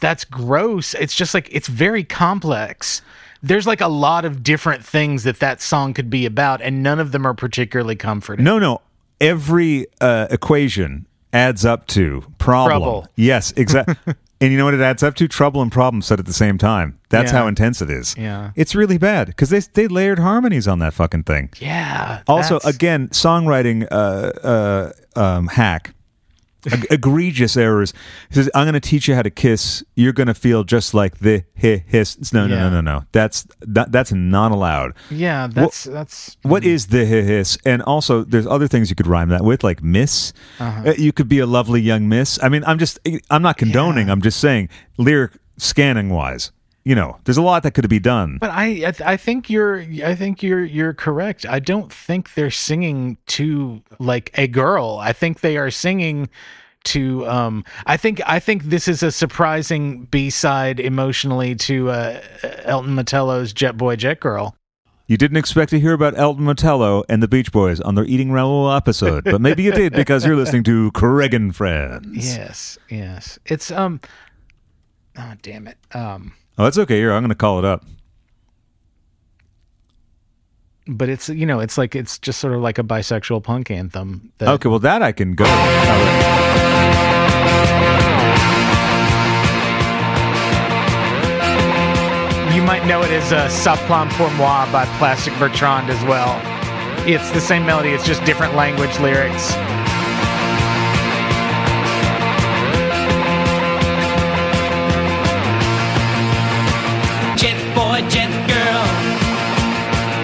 Speaker 2: that's gross. It's just like it's very complex. There's like a lot of different things that that song could be about and none of them are particularly comforting.
Speaker 1: No, no. every uh, equation adds up to problem.
Speaker 2: Trouble.
Speaker 1: Yes, exactly. and you know what it adds up to? Trouble and problem said at the same time. That's
Speaker 2: Yeah.
Speaker 1: how intense it is.
Speaker 2: Yeah.
Speaker 1: It's really bad because they, they layered harmonies on that fucking thing.
Speaker 2: Yeah.
Speaker 1: Also,
Speaker 2: that's-
Speaker 1: again, songwriting uh, uh, um, hack. E- egregious errors. He says, "I'm going to teach you how to kiss. You're going to feel just like the hi- hiss." It's- No, no,
Speaker 2: Yeah.
Speaker 1: no, no, no. That's that, that's not allowed.
Speaker 2: yeah, that's that's
Speaker 1: What is the hi- hiss? And also, there's other things you could rhyme that with, like miss. Uh, You could be a lovely young miss. I mean, I'm just, eh, I'm not condoning. I'm just saying, lyric scanning wise, you know, there's a lot that could be done.
Speaker 2: But I, I, th- I think you're, I think you're, you're correct. I don't think they're singing to like a girl. I think they are singing to, um, I think, I think this is a surprising B side emotionally to uh, Elton Matello's Jet Boy Jet Girl.
Speaker 1: You didn't expect to hear about Elton Motello and the Beach Boys on their Eating Raoul episode, but maybe you did because you're listening to Craig and Friends.
Speaker 2: Yes, yes. It's um, oh damn it. Um,
Speaker 1: Oh, that's okay. Here, I'm going to call it up.
Speaker 2: but it's you know, it's like it's just sort of like a bisexual punk anthem. That,
Speaker 1: Okay, well, that I can go. All right.
Speaker 2: You might know it as uh, Supplant pour moi by Plastic Bertrand as well. It's the same melody, it's just different language lyrics.
Speaker 10: Jet boy, jet girl,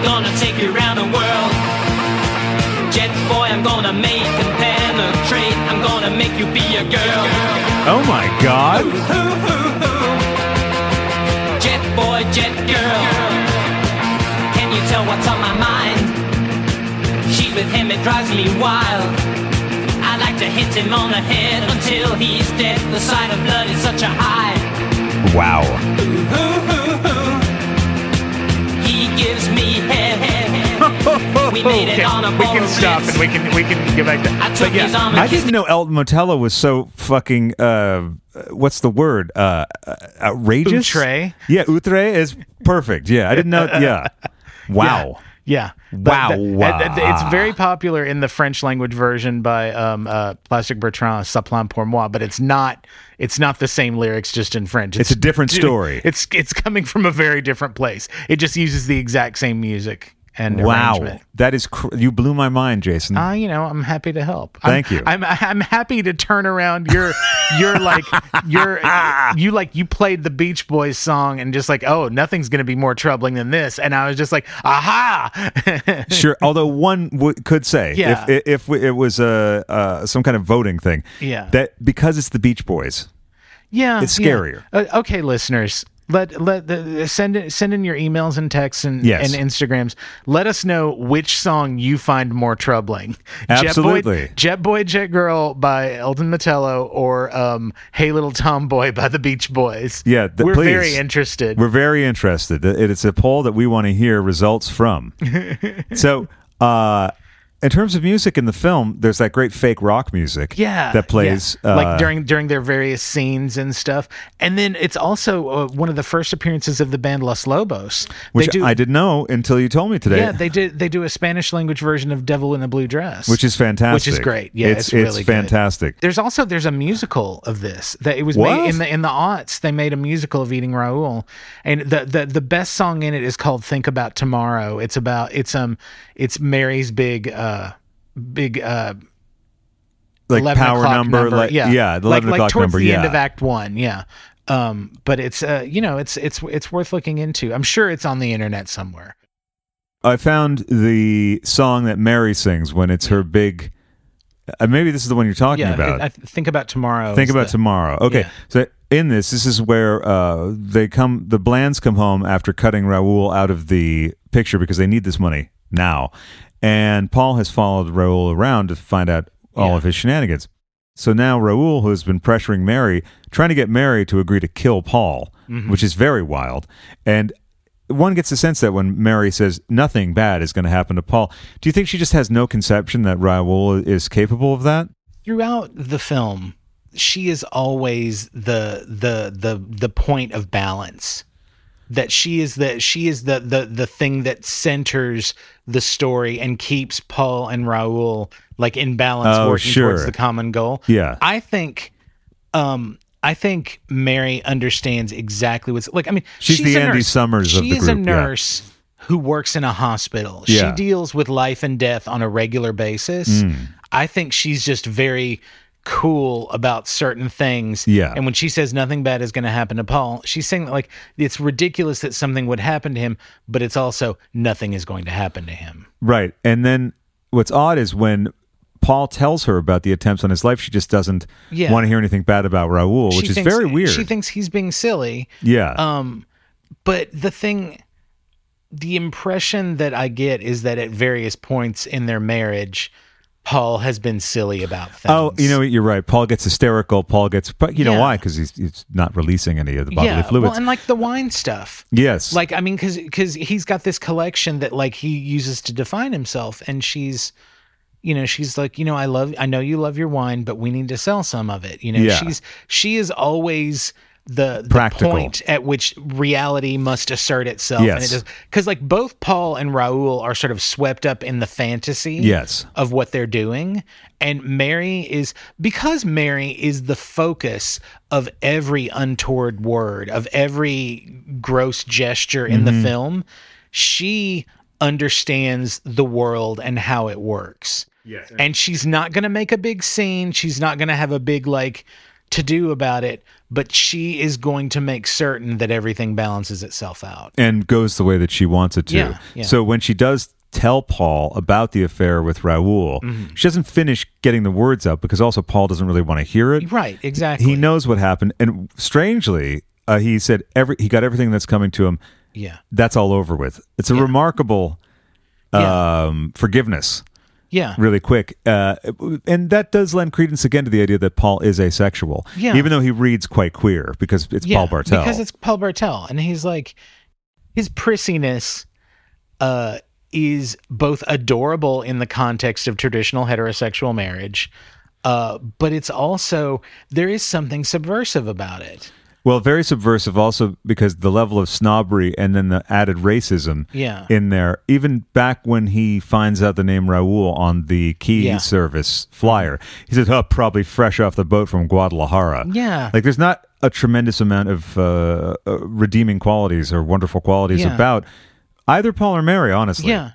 Speaker 10: gonna take you around the world. Jet boy, I'm gonna make and penetrate. I'm gonna make you be a girl.
Speaker 1: Oh, my God.
Speaker 10: Jet boy, jet girl, can you tell what's on my mind? She's with him, it drives me wild. I like to hit him on the head until he's dead. The sight of blood is such a high.
Speaker 1: Wow.
Speaker 10: He gives me head. We made it on a
Speaker 2: we can
Speaker 10: ball of
Speaker 2: stop
Speaker 10: ribs.
Speaker 2: and we can we can get back
Speaker 10: I
Speaker 2: to
Speaker 10: took
Speaker 2: but yeah,
Speaker 10: his arm and
Speaker 1: I
Speaker 10: kissed
Speaker 1: didn't know Elton Motello was so fucking, uh, what's the word? Uh, uh, outrageous?
Speaker 2: Outre.
Speaker 1: Yeah, outre is perfect. Yeah, I didn't know. Yeah. Wow.
Speaker 2: yeah.
Speaker 1: Wow,
Speaker 2: But
Speaker 1: wow.
Speaker 2: th- th- it's very popular in the French language version by um, uh, Plastic Bertrand, Supplant pour moi, but it's not it's not the same lyrics just in French.
Speaker 1: It's a different story.
Speaker 2: It's it's coming from a very different place. It just uses the exact same music and
Speaker 1: Wow.
Speaker 2: arrangement.
Speaker 1: That is, cr- you blew my mind, Jason.
Speaker 2: Uh, you know, I'm happy to help.
Speaker 1: Thank
Speaker 2: I'm,
Speaker 1: you.
Speaker 2: I'm I'm happy to turn around your your like your
Speaker 1: Ah.
Speaker 2: you like you played the Beach Boys song and just like oh nothing's gonna be more troubling than this and I was just like aha
Speaker 1: Sure. Although one w- could say,
Speaker 2: Yeah.
Speaker 1: if, if we, it was uh, uh, some kind of voting thing,
Speaker 2: Yeah.
Speaker 1: that because it's the Beach Boys,
Speaker 2: yeah
Speaker 1: It's
Speaker 2: yeah.
Speaker 1: scarier.
Speaker 2: Uh, okay listeners let let the- the, send in, send in your emails and texts and
Speaker 1: Yes.
Speaker 2: and Instagrams let us know which song you find more troubling
Speaker 1: Absolutely.
Speaker 2: Jet Boy, Jet Boy Jet Girl by Elton Matello or um Hey Little Tomboy by the Beach Boys
Speaker 1: Yeah, th-
Speaker 2: we're
Speaker 1: please.
Speaker 2: very interested
Speaker 1: we're very interested. It- It's a poll that we want to hear results from. so, uh, in terms of music in the film, there's that great fake rock music,
Speaker 2: yeah
Speaker 1: that plays
Speaker 2: yeah.
Speaker 1: Uh,
Speaker 2: like during during their various scenes and stuff and then it's also uh, one of the first appearances of the band los lobos
Speaker 1: which
Speaker 2: they do
Speaker 1: I didn't know until you told me today.
Speaker 2: yeah they do they do a spanish language version of devil in a blue dress
Speaker 1: which is fantastic.
Speaker 2: which is great yeah it's, really good.
Speaker 1: fantastic.
Speaker 2: there's also there's a musical of this that it was
Speaker 1: What?
Speaker 2: made in the in the aughts. They made a musical of Eating Raoul, and the, the the best song in it is called "Think About Tomorrow." It's about it's um it's Mary's big uh big uh
Speaker 1: Like
Speaker 2: 11
Speaker 1: power
Speaker 2: o'clock
Speaker 1: number, like
Speaker 2: yeah,
Speaker 1: yeah, the
Speaker 2: like,
Speaker 1: eleven
Speaker 2: like
Speaker 1: o'clock
Speaker 2: towards
Speaker 1: number,
Speaker 2: the
Speaker 1: yeah.
Speaker 2: end of Act One, yeah. Um, but it's uh, you know, it's it's it's worth looking into. I'm sure it's on the internet somewhere.
Speaker 1: I found the song that Mary sings when it's her big. Uh, maybe this is the one you're talking
Speaker 2: yeah,
Speaker 1: about.
Speaker 2: I, I think about tomorrow.
Speaker 1: Think
Speaker 2: is
Speaker 1: about
Speaker 2: the-
Speaker 1: tomorrow. Okay,
Speaker 2: yeah.
Speaker 1: so in this, this is where uh, they come. The Blands come home after cutting Raoul out of the picture because they need this money now. And Paul has followed Raoul around to find out all
Speaker 2: Yeah.
Speaker 1: of his shenanigans. So now Raoul, who has been pressuring Mary, trying to get Mary to agree to kill Paul,
Speaker 2: Mm-hmm.
Speaker 1: which is very wild. And one gets the sense that when Mary says nothing bad is going to happen to Paul, do you think she just has no conception that Raoul is capable of that?
Speaker 2: throughout the film she is always the the the the point of balance that she is the she is the the the thing that centers the story and keeps Paul and Raul like in balance
Speaker 1: Oh,
Speaker 2: working
Speaker 1: sure.
Speaker 2: towards the common goal.
Speaker 1: Yeah.
Speaker 2: I think um I think Mary understands exactly what's like I mean
Speaker 1: She's the
Speaker 2: a
Speaker 1: Andy
Speaker 2: nurse.
Speaker 1: Summers of the
Speaker 2: She's a
Speaker 1: group, yeah.
Speaker 2: nurse who works in a hospital.
Speaker 1: Yeah.
Speaker 2: She deals with life and death on a regular basis.
Speaker 1: Mm.
Speaker 2: I think she's just very cool about certain things.
Speaker 1: Yeah.
Speaker 2: And when she says nothing bad is going to happen to Paul, she's saying that like it's ridiculous that something would happen to him, but it's also nothing is going to happen to him.
Speaker 1: Right. And then what's odd is when Paul tells her about the attempts on his life, she just doesn't
Speaker 2: Yeah.
Speaker 1: want to hear anything bad about Raul, which
Speaker 2: She
Speaker 1: is
Speaker 2: thinks-
Speaker 1: very weird.
Speaker 2: She thinks he's being silly.
Speaker 1: Yeah.
Speaker 2: Um, but the thing, the impression that I get is that at various points in their marriage, Paul has been silly about things.
Speaker 1: Oh, you know, what, you're right. Paul gets hysterical. Paul gets, but you know
Speaker 2: Yeah.
Speaker 1: why? Because he's, he's not releasing any of the bodily fluids.
Speaker 2: Well, and like the wine stuff.
Speaker 1: yes.
Speaker 2: Like I mean cuz cuz he's got this collection that like he uses to define himself and she's you know she's like you know I love I know you love your wine but we need to sell some of it you know
Speaker 1: Yeah.
Speaker 2: she's she is always the, the
Speaker 1: Practical.
Speaker 2: point at which reality must assert itself and
Speaker 1: Yes.
Speaker 2: it does cuz like both Paul and Raoul are sort of swept up in the fantasy
Speaker 1: Yes.
Speaker 2: of what they're doing. And Mary is because Mary is the focus of every untoward word, of every gross gesture in
Speaker 1: Mhm.
Speaker 2: the film, she understands the world and how it works.
Speaker 1: Yes.
Speaker 2: And she's not going to make a big scene. She's not going to have a big, like, to do about it, but she is going to make certain that everything balances itself out.
Speaker 1: and goes the way that she wants it to.
Speaker 2: Yeah, yeah.
Speaker 1: So when she does tell Paul about the affair with Raoul,
Speaker 2: Mhm.
Speaker 1: she doesn't finish getting the words out because also Paul doesn't really want to hear it.
Speaker 2: Right, exactly.
Speaker 1: He knows what happened, and strangely, uh, he said every he got everything that's coming to him.
Speaker 2: Yeah.
Speaker 1: that's all over with. It's a remarkable um, forgiveness.
Speaker 2: Yeah.
Speaker 1: really quick, uh, and that does lend credence again to the idea that Paul is asexual.
Speaker 2: Yeah.
Speaker 1: even though he reads quite queer because it's Paul Bartel.
Speaker 2: Because it's Paul Bartel. And he's like, his prissiness uh, is both adorable in the context of traditional heterosexual marriage, uh, but it's also, there is something subversive about it.
Speaker 1: Well, very subversive also because the level of snobbery and then the added racism
Speaker 2: Yeah.
Speaker 1: in there, even back when he finds out the name Raul on the key
Speaker 2: Yeah.
Speaker 1: service flyer, he says, oh, probably fresh off the boat from Guadalajara.
Speaker 2: Yeah.
Speaker 1: Like there's not a tremendous amount of uh, uh, redeeming qualities or wonderful qualities
Speaker 2: Yeah.
Speaker 1: about either Paul or Mary, honestly.
Speaker 2: Yeah.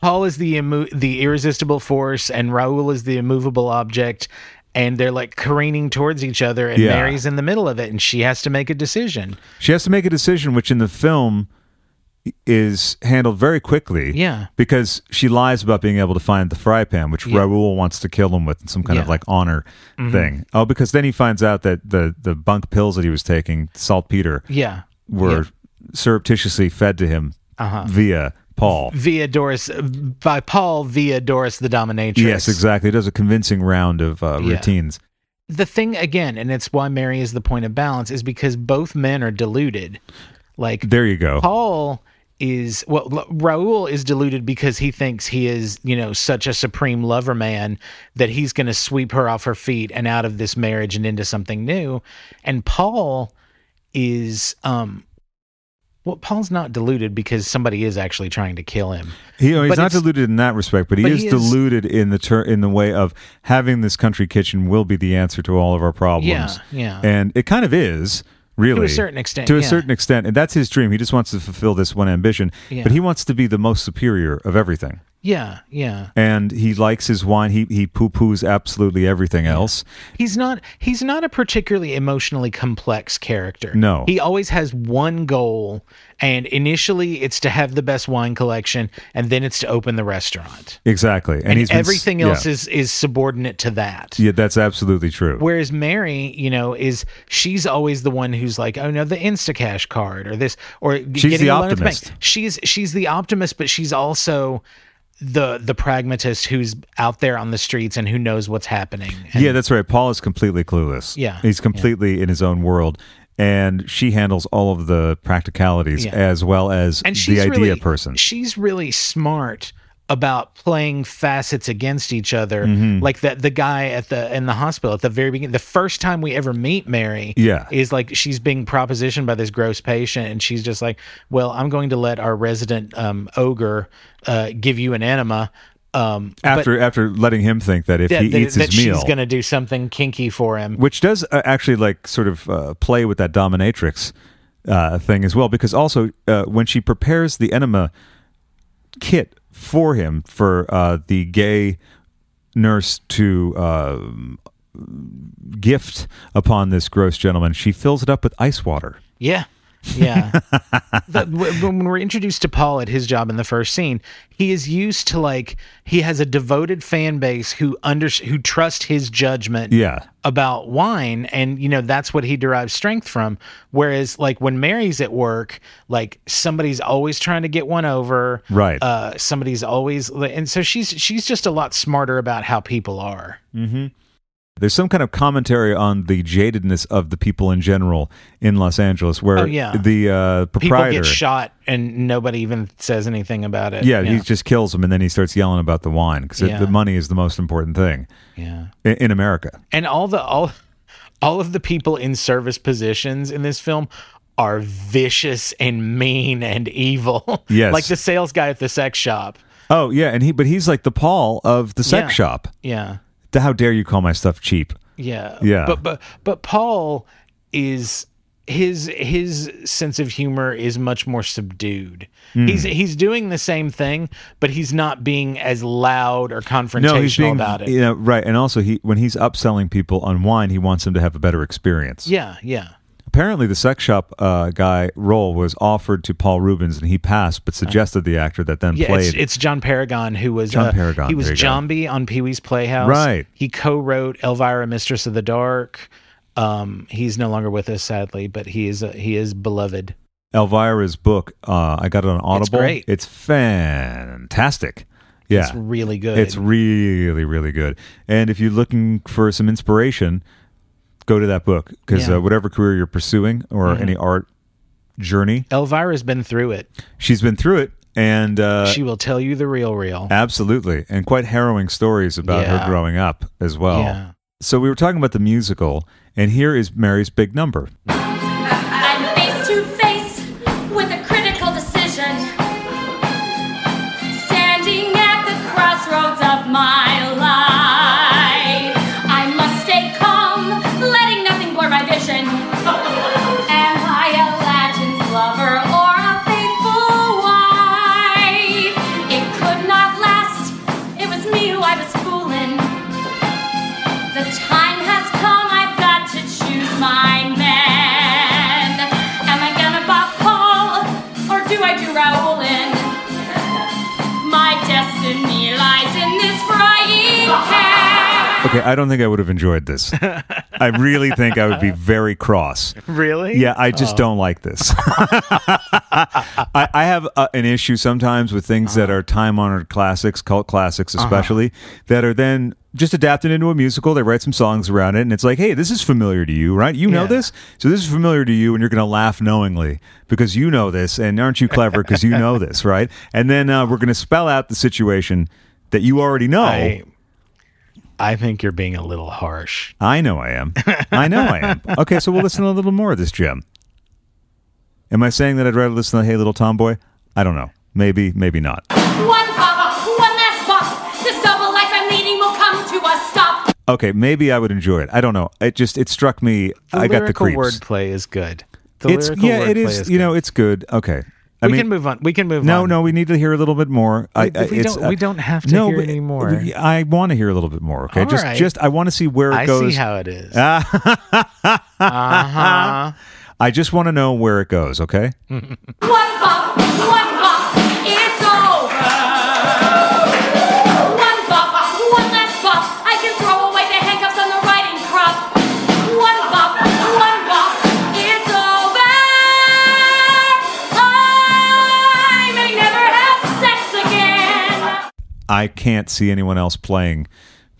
Speaker 2: Paul is the immo- the irresistible force, and Raoul is the immovable object, and they're like careening towards each other, and
Speaker 1: Yeah.
Speaker 2: Mary's in the middle of it, and she has to make a decision.
Speaker 1: She has to make a decision, which in the film is handled very quickly.
Speaker 2: Yeah.
Speaker 1: Because she lies about being able to find the fry pan, which
Speaker 2: Yeah.
Speaker 1: Raoul wants to kill him with in some kind of
Speaker 2: Yeah.
Speaker 1: like honor
Speaker 2: Mhm.
Speaker 1: thing. Oh, because then he finds out that the, the bunk pills that he was taking, saltpeter,
Speaker 2: Yeah.
Speaker 1: were surreptitiously fed to him
Speaker 2: Uh-huh.
Speaker 1: via Paul.
Speaker 2: Via Doris, by Paul via Doris the Dominatrix.
Speaker 1: Yes, exactly. It does a convincing round of uh,
Speaker 2: Yeah.
Speaker 1: routines.
Speaker 2: the thing again, and it's why Mary is the point of balance, is because both men are deluded. Like
Speaker 1: There you go.
Speaker 2: Paul is well, L- Raul is deluded because he thinks he is, you know, such a supreme lover man that he's going to sweep her off her feet and out of this marriage and into something new. And Paul is, um, well, Paul's not deluded because somebody is actually trying to kill him.
Speaker 1: He, you know, he's
Speaker 2: But
Speaker 1: not
Speaker 2: it's-
Speaker 1: deluded in that respect, but he
Speaker 2: but
Speaker 1: is
Speaker 2: he is-
Speaker 1: deluded in the ter- in the way of having this country kitchen will be the answer to all of our problems.
Speaker 2: Yeah, yeah.
Speaker 1: And it kind of is, really.
Speaker 2: certain extent,
Speaker 1: To a
Speaker 2: yeah.
Speaker 1: certain extent. And that's his dream. He just wants to fulfill this one ambition,
Speaker 2: Yeah.
Speaker 1: but he wants to be the most superior of everything.
Speaker 2: Yeah, yeah.
Speaker 1: And he likes his wine. He he poo poos absolutely everything else.
Speaker 2: He's not he's not a particularly emotionally complex character.
Speaker 1: No.
Speaker 2: He always has one goal and initially it's to have the best wine collection and then it's to open the restaurant.
Speaker 1: Exactly. And,
Speaker 2: And,
Speaker 1: he's been s-
Speaker 2: everything else
Speaker 1: yeah.
Speaker 2: is is subordinate to that.
Speaker 1: Yeah, that's absolutely true.
Speaker 2: Whereas Mary, you know, is she's always the one who's like, oh no, the Instacash card or this or getting
Speaker 1: the
Speaker 2: a loan at bank.
Speaker 1: optimist.
Speaker 2: She's she's the optimist, but she's also the the pragmatist who's out there on the streets and who knows what's happening.
Speaker 1: yeah, that's right. Paul is completely clueless.
Speaker 2: Yeah,
Speaker 1: He's completely in his own world. And she handles all of the practicalities
Speaker 2: Yeah.
Speaker 1: as well as
Speaker 2: and she's
Speaker 1: the idea
Speaker 2: really,
Speaker 1: person.
Speaker 2: She's really smart about playing facets against each other
Speaker 1: Mhm.
Speaker 2: like that the guy at the in the hospital at the very beginning the first time we ever meet mary
Speaker 1: Yeah.
Speaker 2: is like she's being propositioned by this gross patient and she's just like well i'm going to let our resident um ogre uh give you an enema um but-
Speaker 1: after after letting him think that if
Speaker 2: that,
Speaker 1: he
Speaker 2: that-
Speaker 1: eats
Speaker 2: that
Speaker 1: his meal,
Speaker 2: she's going to do something kinky for him
Speaker 1: which does uh, actually like sort of uh, play with that dominatrix uh, thing as well, because also uh, when she prepares the enema kit for him for uh, the gay nurse to uh, gift upon this gross gentleman, she fills it up with ice water.
Speaker 2: Yeah. Yeah. The- w- when we're introduced to Paul at his job in the first scene, he is used to like he has a devoted fan base who under who trust his judgment
Speaker 1: Yeah.
Speaker 2: about wine and you know that's what he derives strength from whereas like when Mary's at work, like somebody's always trying to get one over.
Speaker 1: Right.
Speaker 2: Uh somebody's always and so she's she's just a lot smarter about how people are.
Speaker 1: Mm-hmm. There's some kind of commentary on the jadedness of the people in general in Los Angeles, where
Speaker 2: Oh, yeah.
Speaker 1: the uh,
Speaker 2: People
Speaker 1: proprietor
Speaker 2: get shot and nobody even says anything about it.
Speaker 1: Yeah, he just kills him, and then he starts yelling about the wine because
Speaker 2: Yeah.
Speaker 1: the money is the most important thing.
Speaker 2: Yeah.
Speaker 1: in, in America.
Speaker 2: and all the all all of the people in service positions in this film are vicious and mean and evil.
Speaker 1: Yes.
Speaker 2: like the sales guy at the sex shop.
Speaker 1: Oh yeah, and he but he's like the Paul of the sex
Speaker 2: Yeah.
Speaker 1: shop.
Speaker 2: Yeah.
Speaker 1: The- How dare you call my stuff cheap?
Speaker 2: Yeah.
Speaker 1: Yeah.
Speaker 2: But but but Paul is his his sense of humor is much more subdued.
Speaker 1: Mm.
Speaker 2: He's he's doing the same thing, but he's not being as loud or confrontational
Speaker 1: No, he's being
Speaker 2: about it.
Speaker 1: you know, right, and also he when he's upselling people on wine, he wants them to have a better experience.
Speaker 2: Yeah, yeah.
Speaker 1: Apparently, the sex shop uh, guy role was offered to Paul Rubens, and he passed, but suggested the actor that then
Speaker 2: Yeah,
Speaker 1: played.
Speaker 2: it's, it's John Paragon who was
Speaker 1: John
Speaker 2: uh,
Speaker 1: Paragon,
Speaker 2: He was
Speaker 1: there you go.
Speaker 2: Jombie on Pee Wee's Playhouse.
Speaker 1: Right.
Speaker 2: He co-wrote Elvira, Mistress of the Dark. Um, he's no longer with us, sadly, but he is uh, he is beloved.
Speaker 1: Elvira's book. Uh, I got it on Audible.
Speaker 2: great.
Speaker 1: It's fantastic. Yeah,
Speaker 2: It's really good.
Speaker 1: It's really really good. And if you're looking for some inspiration, go to that book because
Speaker 2: Yeah.
Speaker 1: uh, whatever career you're pursuing or
Speaker 2: Mhm.
Speaker 1: any art journey,
Speaker 2: Elvira's been through it.
Speaker 1: she's been through it, and uh,
Speaker 2: she will tell you the real, real.
Speaker 1: Absolutely. And quite harrowing stories about
Speaker 2: Yeah.
Speaker 1: her growing up as well.
Speaker 2: Yeah.
Speaker 1: So we were talking about the musical, and here is Mary's big number.
Speaker 11: I'm face to face with a critical decision. Standing at the crossroads of my life, I must stay calm, letting nothing blur my vision. Am I Aladdin's lover or a faithful wife? It could not last. It was me who I was fooling. The time has come, I've got to choose my man. Am I gonna bop Paul, or do I do Raoulin? My destiny lies in this frying pan.
Speaker 1: Okay, I don't think I would have enjoyed this. I really think I would be very cross.
Speaker 2: Really?
Speaker 1: Yeah, I just
Speaker 2: Oh.
Speaker 1: don't like this. I, I have uh, an issue sometimes with things that
Speaker 2: Uh-huh.
Speaker 1: are time honored classics, cult classics especially, that are then just adapted into a musical. They write some songs around it, and it's like, hey, this is familiar to you, right? You know this? So this is familiar to you, and you're going to laugh knowingly because you know this, and aren't you clever because you know this, right? And then uh, we're going to spell out the situation that you already know.
Speaker 2: I, I think you're being a little harsh.
Speaker 1: I know I am. I know I am. Okay, so we'll listen to a little more of this, Jim. Am I saying that I'd rather listen to Hey Little Tomboy? I don't know. Maybe, maybe not.
Speaker 11: One pop, one last pop. This double life I'm leading will come to a stop.
Speaker 1: Okay, maybe I would enjoy it. I don't know. It just it struck me. I
Speaker 2: The
Speaker 1: got the
Speaker 2: lyrical
Speaker 1: creeps.
Speaker 2: wordplay is good. The
Speaker 1: it's
Speaker 2: lyrical
Speaker 1: yeah, it
Speaker 2: wordplay
Speaker 1: is. you know, it's good. Okay. I
Speaker 2: we
Speaker 1: mean,
Speaker 2: can move on. We can move
Speaker 1: no,
Speaker 2: on.
Speaker 1: no, we need to hear a little bit more. I,
Speaker 2: We-
Speaker 1: I-
Speaker 2: we
Speaker 1: it's, uh,
Speaker 2: don't- we don't have to
Speaker 1: no,
Speaker 2: hear
Speaker 1: but-
Speaker 2: any more.
Speaker 1: we- I want to hear a little bit more. Okay,
Speaker 2: All
Speaker 1: just
Speaker 2: right.
Speaker 1: just I want to see where it
Speaker 2: I
Speaker 1: goes.
Speaker 2: see how it is.
Speaker 1: uh-huh. I just want to know where it goes. Okay.
Speaker 11: One bop, one bop, it's over. One bop, one last bop. I can throw away the handcuffs on the riding crop. One bop, one bop, it's over. I may never have sex again.
Speaker 1: I can't see anyone else playing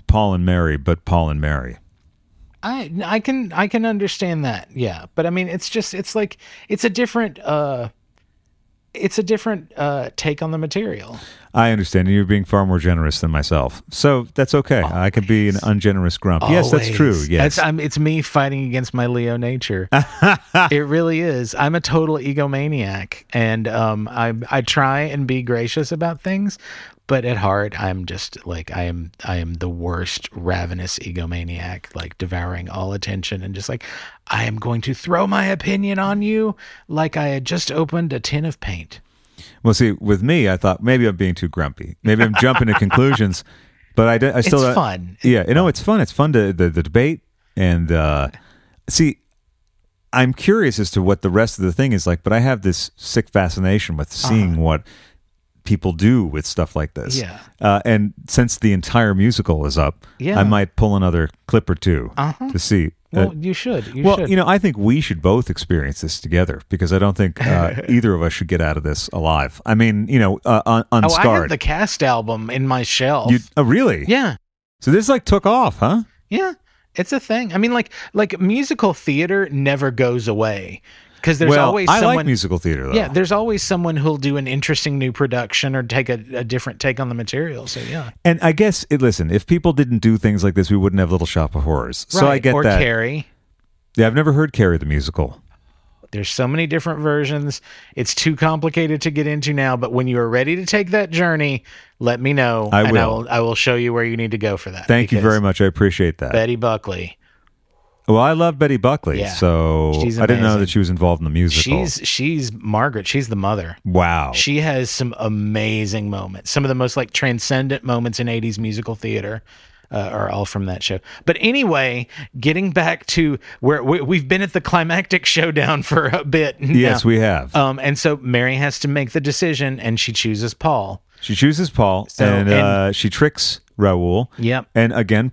Speaker 1: Paul and Mary but Paul and Mary.
Speaker 2: I I can I can understand that. Yeah. But I mean it's just it's like it's a different uh it's a different uh, take on the material.
Speaker 1: I understand. You're being far more generous than myself. So that's okay. I can be an ungenerous grump. Yes, that's true.
Speaker 2: Always.
Speaker 1: Yes.
Speaker 2: That's- I'm- it's me fighting against my Leo nature. it really is. I'm a total egomaniac, and um, I I try and be gracious about things, but at heart, I'm just like I am. I am the worst ravenous egomaniac, like devouring all attention and just like I am going to throw my opinion on you, like I had just opened a tin of paint.
Speaker 1: Well, see, with me, I thought maybe I'm being too grumpy. Maybe I'm jumping to conclusions, but I, don't- I still
Speaker 2: It's
Speaker 1: don't-
Speaker 2: fun.
Speaker 1: Yeah, you know, it's fun. It's fun to the, the debate and uh, see. I'm curious as to what the rest of the thing is like, but I have this sick fascination with
Speaker 2: Uh-huh.
Speaker 1: seeing what people do with stuff like this.
Speaker 2: Yeah.
Speaker 1: Uh, and since the entire musical is up,
Speaker 2: Yeah.
Speaker 1: I might pull another clip or 2
Speaker 2: Uh-huh.
Speaker 1: to see. uh,
Speaker 2: Well, you should. You
Speaker 1: well,
Speaker 2: should.
Speaker 1: you know, I think we should both experience this together because I don't think uh, either of us should get out of this alive. I mean, you know, uh, un-
Speaker 2: oh, I have
Speaker 1: unscarred.
Speaker 2: the cast album in my shelf.
Speaker 1: You- oh, really?
Speaker 2: Yeah.
Speaker 1: So this like took off, huh?
Speaker 2: Yeah, it's a thing. I mean, like like musical theater never goes away because there's
Speaker 1: well,
Speaker 2: always
Speaker 1: I
Speaker 2: someone.
Speaker 1: like musical theater though.
Speaker 2: Yeah, there's always someone who'll do an interesting new production or take a, a different take on the material. So yeah,
Speaker 1: And I guess it, listen, if people didn't do things like this, we wouldn't have Little Shop of Horrors. So I
Speaker 2: Right,
Speaker 1: get
Speaker 2: or
Speaker 1: that.
Speaker 2: Carrie.
Speaker 1: Yeah, I've never heard Carrie the musical.
Speaker 2: There's so many different versions. It's too complicated to get into now. But when you are ready to take that journey, let me know.
Speaker 1: I
Speaker 2: and I
Speaker 1: will.
Speaker 2: will. I will show you where you need to go for that.
Speaker 1: Thank you
Speaker 2: because
Speaker 1: very much. I appreciate that.
Speaker 2: Betty Buckley.
Speaker 1: well, I love Betty Buckley,
Speaker 2: Yeah.
Speaker 1: so
Speaker 2: She's
Speaker 1: I didn't know
Speaker 2: amazing.
Speaker 1: that she was involved in the musical.
Speaker 2: She's she's Margaret. She's the mother.
Speaker 1: wow.
Speaker 2: She has some amazing moments. Some of the most like transcendent moments in 80s musical theater uh, are all from that show. But anyway, getting back to where we, we've been at the climactic showdown for a bit. now.
Speaker 1: Yes, we have.
Speaker 2: Um, and so Mary has to make the decision and she chooses Paul.
Speaker 1: She chooses Paul,
Speaker 2: So-
Speaker 1: and,
Speaker 2: and-
Speaker 1: uh, she tricks Raoul.
Speaker 2: Yep.
Speaker 1: And again,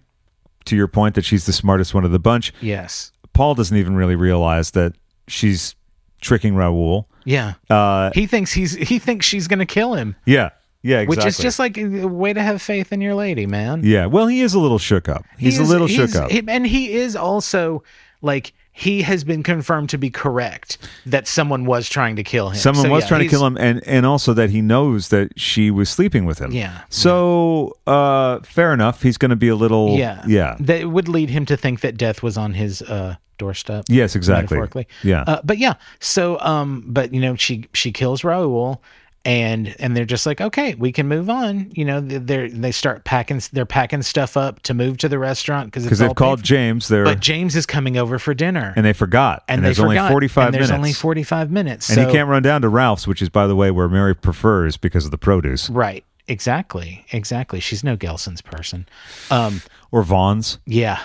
Speaker 1: to your point that she's the smartest one of the bunch,
Speaker 2: Yes.
Speaker 1: Paul doesn't even really realize that she's tricking Raoul.
Speaker 2: Yeah.
Speaker 1: Uh,
Speaker 2: He thinks he's he thinks she's going to kill him,
Speaker 1: yeah, yeah, exactly.
Speaker 2: which is just like a way to have faith in your lady, man.
Speaker 1: yeah. Well, he is a little shook up. He's
Speaker 2: He is-
Speaker 1: a little shook up.
Speaker 2: he- and he is also like he has been confirmed to be correct that someone was trying to kill him.
Speaker 1: Someone
Speaker 2: So,
Speaker 1: was
Speaker 2: yeah,
Speaker 1: trying to
Speaker 2: he's-
Speaker 1: kill him, and and also that he knows that she was sleeping with him.
Speaker 2: Yeah,
Speaker 1: So, uh, fair enough. He's going to be a little.
Speaker 2: Yeah,
Speaker 1: Yeah.
Speaker 2: That would lead him to think that death was on his uh, doorstep.
Speaker 1: Yes, exactly.
Speaker 2: Metaphorically.
Speaker 1: Yeah.
Speaker 2: Uh, but yeah, so um, but you know, she she kills Raul, and and they're just like, okay, we can move on. You know, they're they start packing they're packing stuff up to move to the restaurant because
Speaker 1: Because they've called James there,
Speaker 2: But James is coming over for dinner.
Speaker 1: and they forgot.
Speaker 2: and, they
Speaker 1: there's
Speaker 2: forgot,
Speaker 1: only 45
Speaker 2: and there's
Speaker 1: minutes.
Speaker 2: only 45 minutes
Speaker 1: And
Speaker 2: so-
Speaker 1: he can't run down to Ralph's, which is, by the way, where Mary prefers because of the produce
Speaker 2: right exactly exactly she's no gelson's person um
Speaker 1: or Vaughn's.
Speaker 2: yeah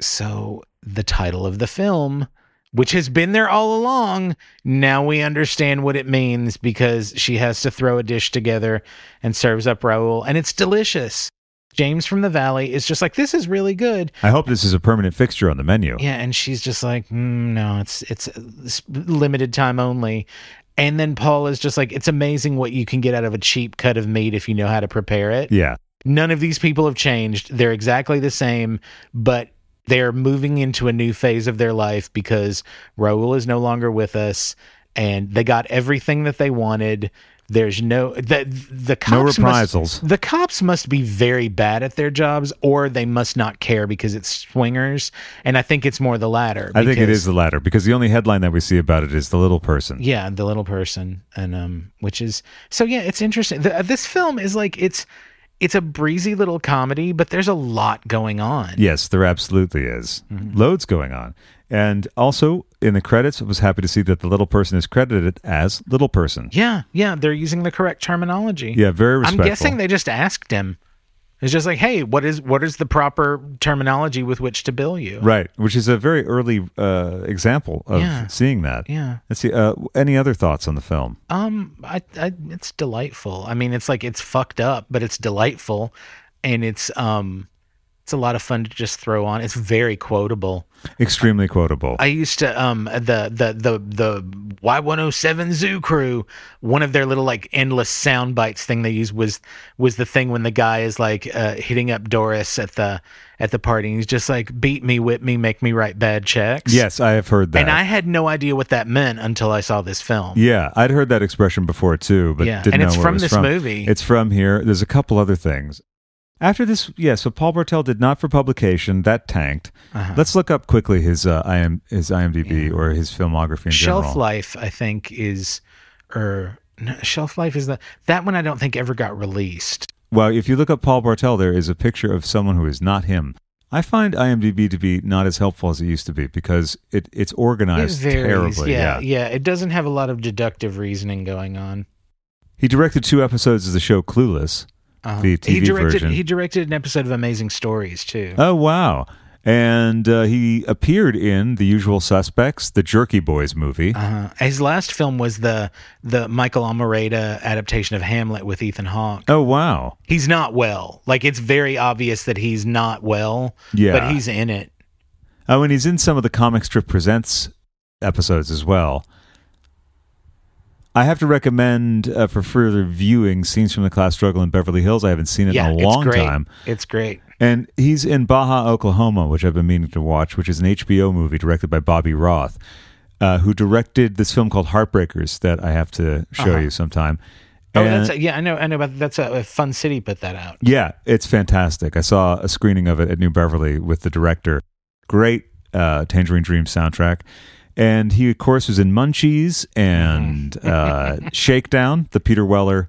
Speaker 2: so the title of the film which has been there all along now we understand what it means because she has to throw a dish together and serves up raul and it's delicious james from the valley is just like this is really good
Speaker 1: I hope this is a permanent fixture on the menu.
Speaker 2: Yeah, and she's just like, mm, no, it's it's it's limited time only. And then Paul is just like, it's amazing what you can get out of a cheap cut of meat if you know how to prepare it.
Speaker 1: Yeah.
Speaker 2: None of these people have changed. They're exactly the same, but they're moving into a new phase of their life because Raul is no longer with us and they got everything that they wanted. There's no the the cops must-
Speaker 1: reprisals.
Speaker 2: the cops must be very bad at their jobs or they must not care because it's swingers and I think it's more the latter.
Speaker 1: I think it
Speaker 2: because-
Speaker 1: is the latter because the only headline that we see about it is the little person.
Speaker 2: yeah, the little person, and um, which is so yeah, it's interesting. The, uh, this film is like it's it's a breezy little comedy, but there's a lot going on.
Speaker 1: Yes, there absolutely is.
Speaker 2: Mm-hmm.
Speaker 1: Loads going on. And also in the credits, I was happy to see that the little person is credited as little person.
Speaker 2: Yeah, yeah, they're using the correct terminology.
Speaker 1: Yeah, very
Speaker 2: I'm
Speaker 1: respectful.
Speaker 2: guessing they just asked him. It's just like, hey, what is what is the proper terminology with which to bill you?
Speaker 1: Right, which is a very early uh, example of
Speaker 2: Yeah.
Speaker 1: seeing that.
Speaker 2: Yeah.
Speaker 1: Let's see. Uh, any other thoughts on the film?
Speaker 2: Um, I, I, it's delightful. I mean, it's like it's fucked up, but it's delightful, and it's um, It's a lot of fun to just throw on. It's very quotable.
Speaker 1: Extremely quotable.
Speaker 2: I used to um the the the the Y one oh seven Zoo Crew. One of their little like endless sound bites thing they used was was the thing when the guy is like uh, hitting up Doris at the at the party. and He's just like beat me, whip me, make me write bad checks.
Speaker 1: yes, I have heard that.
Speaker 2: and I had no idea what that meant until I saw this film.
Speaker 1: Yeah, I'd heard that expression before too, but
Speaker 2: Yeah,
Speaker 1: didn't
Speaker 2: and
Speaker 1: know
Speaker 2: it's
Speaker 1: where it
Speaker 2: from
Speaker 1: was
Speaker 2: this movie.
Speaker 1: It's from here. There's a couple other things. After this, yeah, so Paul Bartel did not for publication. That tanked.
Speaker 2: Uh-huh.
Speaker 1: Let's look up quickly his uh, IM, his IMDb or his filmography in
Speaker 2: shelf
Speaker 1: general.
Speaker 2: life i think is or no, shelf life is the that one i don't think ever got released
Speaker 1: Well, if you look up Paul Bartel, there is a picture of someone who is not him. I find IMDb to be not as helpful as it used to be because it, it's organized terribly.
Speaker 2: yeah, yeah it doesn't have a lot of deductive reasoning going on
Speaker 1: He directed two episodes of the show Clueless,
Speaker 2: Uh-huh.
Speaker 1: the TV
Speaker 2: he directed
Speaker 1: version.
Speaker 2: he directed an episode of amazing stories too
Speaker 1: Oh wow! And uh, he appeared in The Usual Suspects, the Jerky Boys movie.
Speaker 2: uh, his last film was the the michael almereyda adaptation of hamlet with ethan hawke
Speaker 1: Oh wow!
Speaker 2: he's not well like it's very obvious that he's not well
Speaker 1: Yeah.
Speaker 2: but he's in it
Speaker 1: Oh, and he's in some of the comic strip presents episodes as well. I have to recommend uh, for further viewing scenes from the class struggle in Beverly Hills. I haven't seen it
Speaker 2: yeah
Speaker 1: in a long
Speaker 2: it's great
Speaker 1: time.
Speaker 2: it's great
Speaker 1: And he's in Baja, Oklahoma, which I've been meaning to watch, which is an HBO movie directed by Bobby Roth, uh, who directed this film called Heartbreakers that I have to show
Speaker 2: Uh-huh.
Speaker 1: you sometime.
Speaker 2: Oh,
Speaker 1: And-
Speaker 2: that's yeah. I know. I know about that's a, a fun city. Put that out.
Speaker 1: Yeah, it's fantastic. I saw a screening of it at New Beverly with the director. Great uh, Tangerine Dream soundtrack. And he, of course, was in Munchies and uh, Shakedown, the Peter Weller,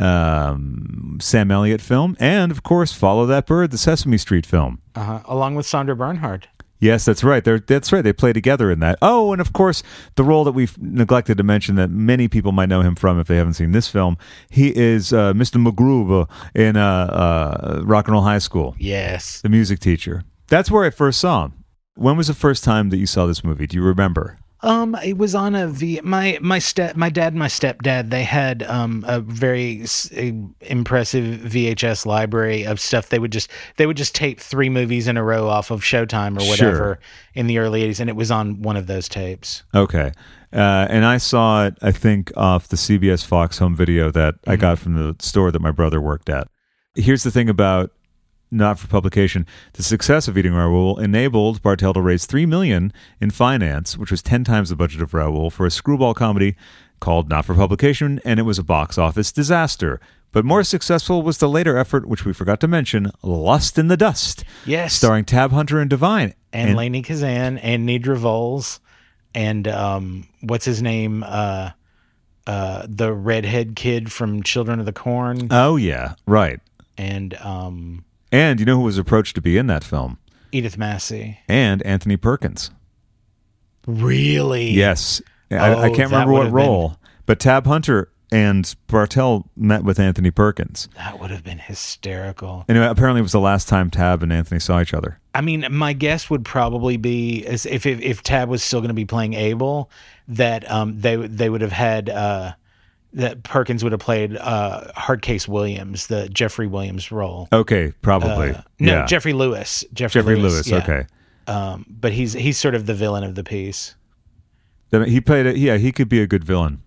Speaker 1: um, Sam Elliott film. And, of course, Follow That Bird, the Sesame Street film.
Speaker 2: Uh-huh. Along with Sandra Bernhard.
Speaker 1: Yes, that's right. They're, that's right. They play together in that. Oh, and of course, the role that we've neglected to mention that many people might know him from if they haven't seen this film. He is uh, Mr. McGroove in uh, uh, Rock and Roll High School,
Speaker 2: Yes.
Speaker 1: the music teacher. That's where I first saw him. When was the first time that you saw this movie? Do you remember?
Speaker 2: Um, it was on a V. My my step my dad and my stepdad they had um a very s- a impressive VHS library of stuff. They would just they would just tape three movies in a row off of Showtime or
Speaker 1: Sure.
Speaker 2: whatever in the early eighties, and it was on one of those tapes.
Speaker 1: Okay. Uh, and I saw it, I think, off the CBS Fox home video that I got from the store that my brother worked at. Here's the thing about not for publication. The success of Eating Raoul enabled Bartel to raise three million in finance, which was ten times the budget of Raoul, for a screwball comedy called Not for Publication, and it was a box office disaster. But more successful was the later effort, which we forgot to mention, Lust in the Dust.
Speaker 2: Yes.
Speaker 1: Starring Tab Hunter and Divine.
Speaker 2: And, Lainey Kazan and Nidra Voles and um what's his name uh uh the redhead kid from Children of the Corn
Speaker 1: Oh yeah, right.
Speaker 2: and um
Speaker 1: And you know who was approached to be in that film?
Speaker 2: Edith Massey.
Speaker 1: and Anthony Perkins.
Speaker 2: Really?
Speaker 1: Yes. I, I
Speaker 2: Oh,
Speaker 1: can't
Speaker 2: that
Speaker 1: remember
Speaker 2: would
Speaker 1: what
Speaker 2: have been-
Speaker 1: role, but Tab Hunter and Bartel met with Anthony Perkins.
Speaker 2: That would have been hysterical.
Speaker 1: Anyway, apparently it was the last time Tab and Anthony saw each other.
Speaker 2: I mean, my guess would probably be as if if, if Tab was still going to be playing Abel, that um they they would have had uh that Perkins would have played uh Hardcase Williams, the Jeffrey Williams role.
Speaker 1: Okay, probably.
Speaker 2: Uh, no,
Speaker 1: Yeah.
Speaker 2: Jeffrey Lewis. Jeffrey,
Speaker 1: Jeffrey
Speaker 2: Lewis.
Speaker 1: Lewis.
Speaker 2: yeah.
Speaker 1: Okay.
Speaker 2: Um, but he's he's sort of the villain of the piece.
Speaker 1: I mean, He played it. Yeah, he could be a good villain.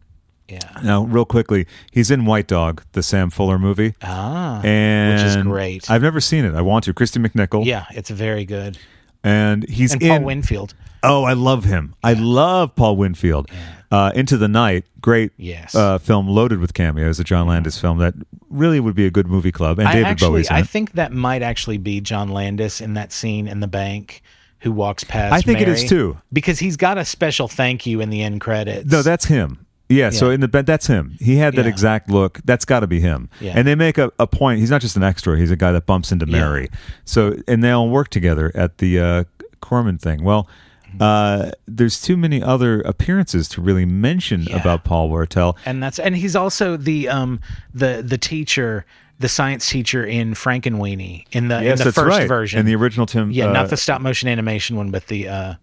Speaker 2: Yeah.
Speaker 1: Now, real quickly, he's in White Dog, the Sam Fuller movie.
Speaker 2: Ah,
Speaker 1: and
Speaker 2: which is great.
Speaker 1: I've never seen it. I want to. Christy McNichol.
Speaker 2: yeah, it's very good.
Speaker 1: And he's
Speaker 2: and
Speaker 1: in
Speaker 2: Paul Winfield.
Speaker 1: Oh, I love him. I love Paul Winfield. Uh, Into the Night, great
Speaker 2: Yes.
Speaker 1: uh, film loaded with cameos, a John Landis film that really would be a good movie club. And
Speaker 2: I
Speaker 1: David
Speaker 2: actually,
Speaker 1: Bowie's in
Speaker 2: I
Speaker 1: it.
Speaker 2: think that might actually be John Landis in that scene in the bank who walks past.
Speaker 1: I think it is
Speaker 2: Mary,
Speaker 1: too.
Speaker 2: because he's got a special thank you in the end credits.
Speaker 1: No, that's him. Yeah, so in the bed, that's him. He had that
Speaker 2: Yeah.
Speaker 1: exact look. That's got to be him.
Speaker 2: Yeah.
Speaker 1: And they make a, a point. He's not just an extra. He's a guy that bumps into Mary. So and they all work together at the uh, Corman thing. Well,
Speaker 2: Mm-hmm.
Speaker 1: uh, there's too many other appearances to really mention about Paul Wartel.
Speaker 2: and that's and he's also the um the the teacher. The science teacher in Frankenweenie in the in the first version
Speaker 1: in the original Tim.
Speaker 2: Yeah,
Speaker 1: uh,
Speaker 2: not the stop motion animation one, but the uh,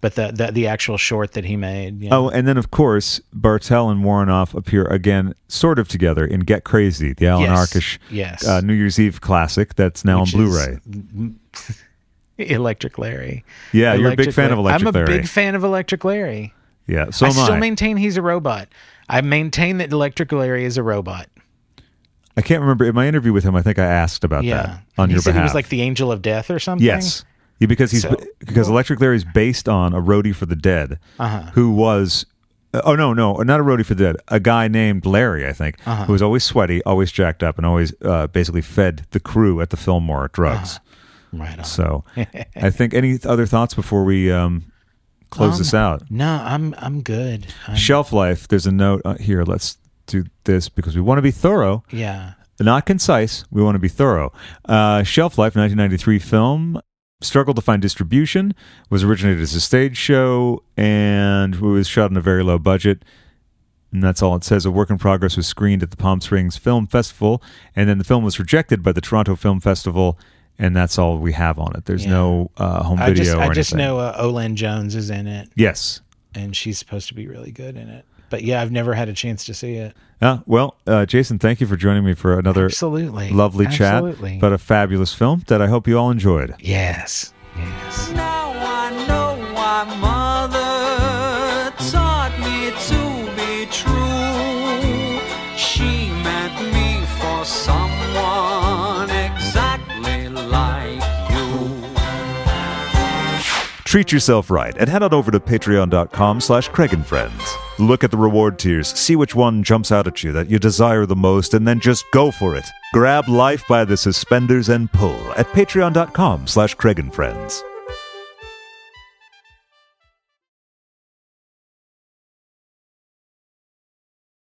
Speaker 2: but the, the the actual short that he made. yeah.
Speaker 1: Oh, and then of course Bartel and Warrenoff appear again, sort of together in Get Crazy, the Alan
Speaker 2: Yes.
Speaker 1: Arkish
Speaker 2: Yes.
Speaker 1: uh, New Year's Eve classic that's now
Speaker 2: Which
Speaker 1: on
Speaker 2: is-
Speaker 1: Blu-ray.
Speaker 2: Electric Larry.
Speaker 1: Yeah, you're a big fan of Electric
Speaker 2: I'm a
Speaker 1: Larry.
Speaker 2: big fan of Electric Larry.
Speaker 1: Yeah, so
Speaker 2: I
Speaker 1: am
Speaker 2: still
Speaker 1: I.
Speaker 2: maintain he's a robot. I maintain that Electric Larry is a robot.
Speaker 1: I can't remember in my interview with him. I think I asked about
Speaker 2: yeah,
Speaker 1: that on
Speaker 2: he
Speaker 1: your
Speaker 2: said
Speaker 1: behalf.
Speaker 2: he was like the angel of death or something.
Speaker 1: Yes, yeah, because he's
Speaker 2: So-
Speaker 1: because Electric Larry is based on a roadie for the dead,
Speaker 2: Uh-huh.
Speaker 1: who was oh no no not a roadie for the dead, a guy named Larry I think
Speaker 2: Uh-huh.
Speaker 1: who was always sweaty, always jacked up, and always uh, basically fed the crew at the Fillmore drugs.
Speaker 2: Uh-huh. Right on.
Speaker 1: So I think any other thoughts before we um, close
Speaker 2: Um,
Speaker 1: this out?
Speaker 2: No, I'm I'm good. I'm,
Speaker 1: Shelf life. There's a note uh, here. Let's do this because we want to be thorough.
Speaker 2: yeah.
Speaker 1: Not concise. We want to be thorough. Uh, Shelf Life, 1993 film, struggled to find distribution, was originated as a stage show, and was shot on a very low budget. And that's all it says. A work in progress was screened at the Palm Springs Film Festival, and then the film was rejected by the Toronto Film Festival, and that's all we have on it. There's no uh, home
Speaker 2: I
Speaker 1: video
Speaker 2: just
Speaker 1: or
Speaker 2: I
Speaker 1: anything.
Speaker 2: just know uh, Olan Jones is in it,
Speaker 1: Yes.
Speaker 2: and she's supposed to be really good in it. But yeah, I've never had a chance to see it.
Speaker 1: Uh, well, uh, Jason, thank you for joining me for another
Speaker 2: Absolutely.
Speaker 1: lovely chat,
Speaker 2: Absolutely.
Speaker 1: but a fabulous film that I hope you all enjoyed.
Speaker 2: Yes. Yes.
Speaker 8: Now I know why mother taught me to be true. She meant me for someone exactly like you.
Speaker 1: Treat yourself right and head on over to patreon.com slash Craig and Friends. Look at the reward tiers, see which one jumps out at you that you desire the most, and then just go for it. Grab life by the suspenders and pull at patreon.com slash Craig and Friends.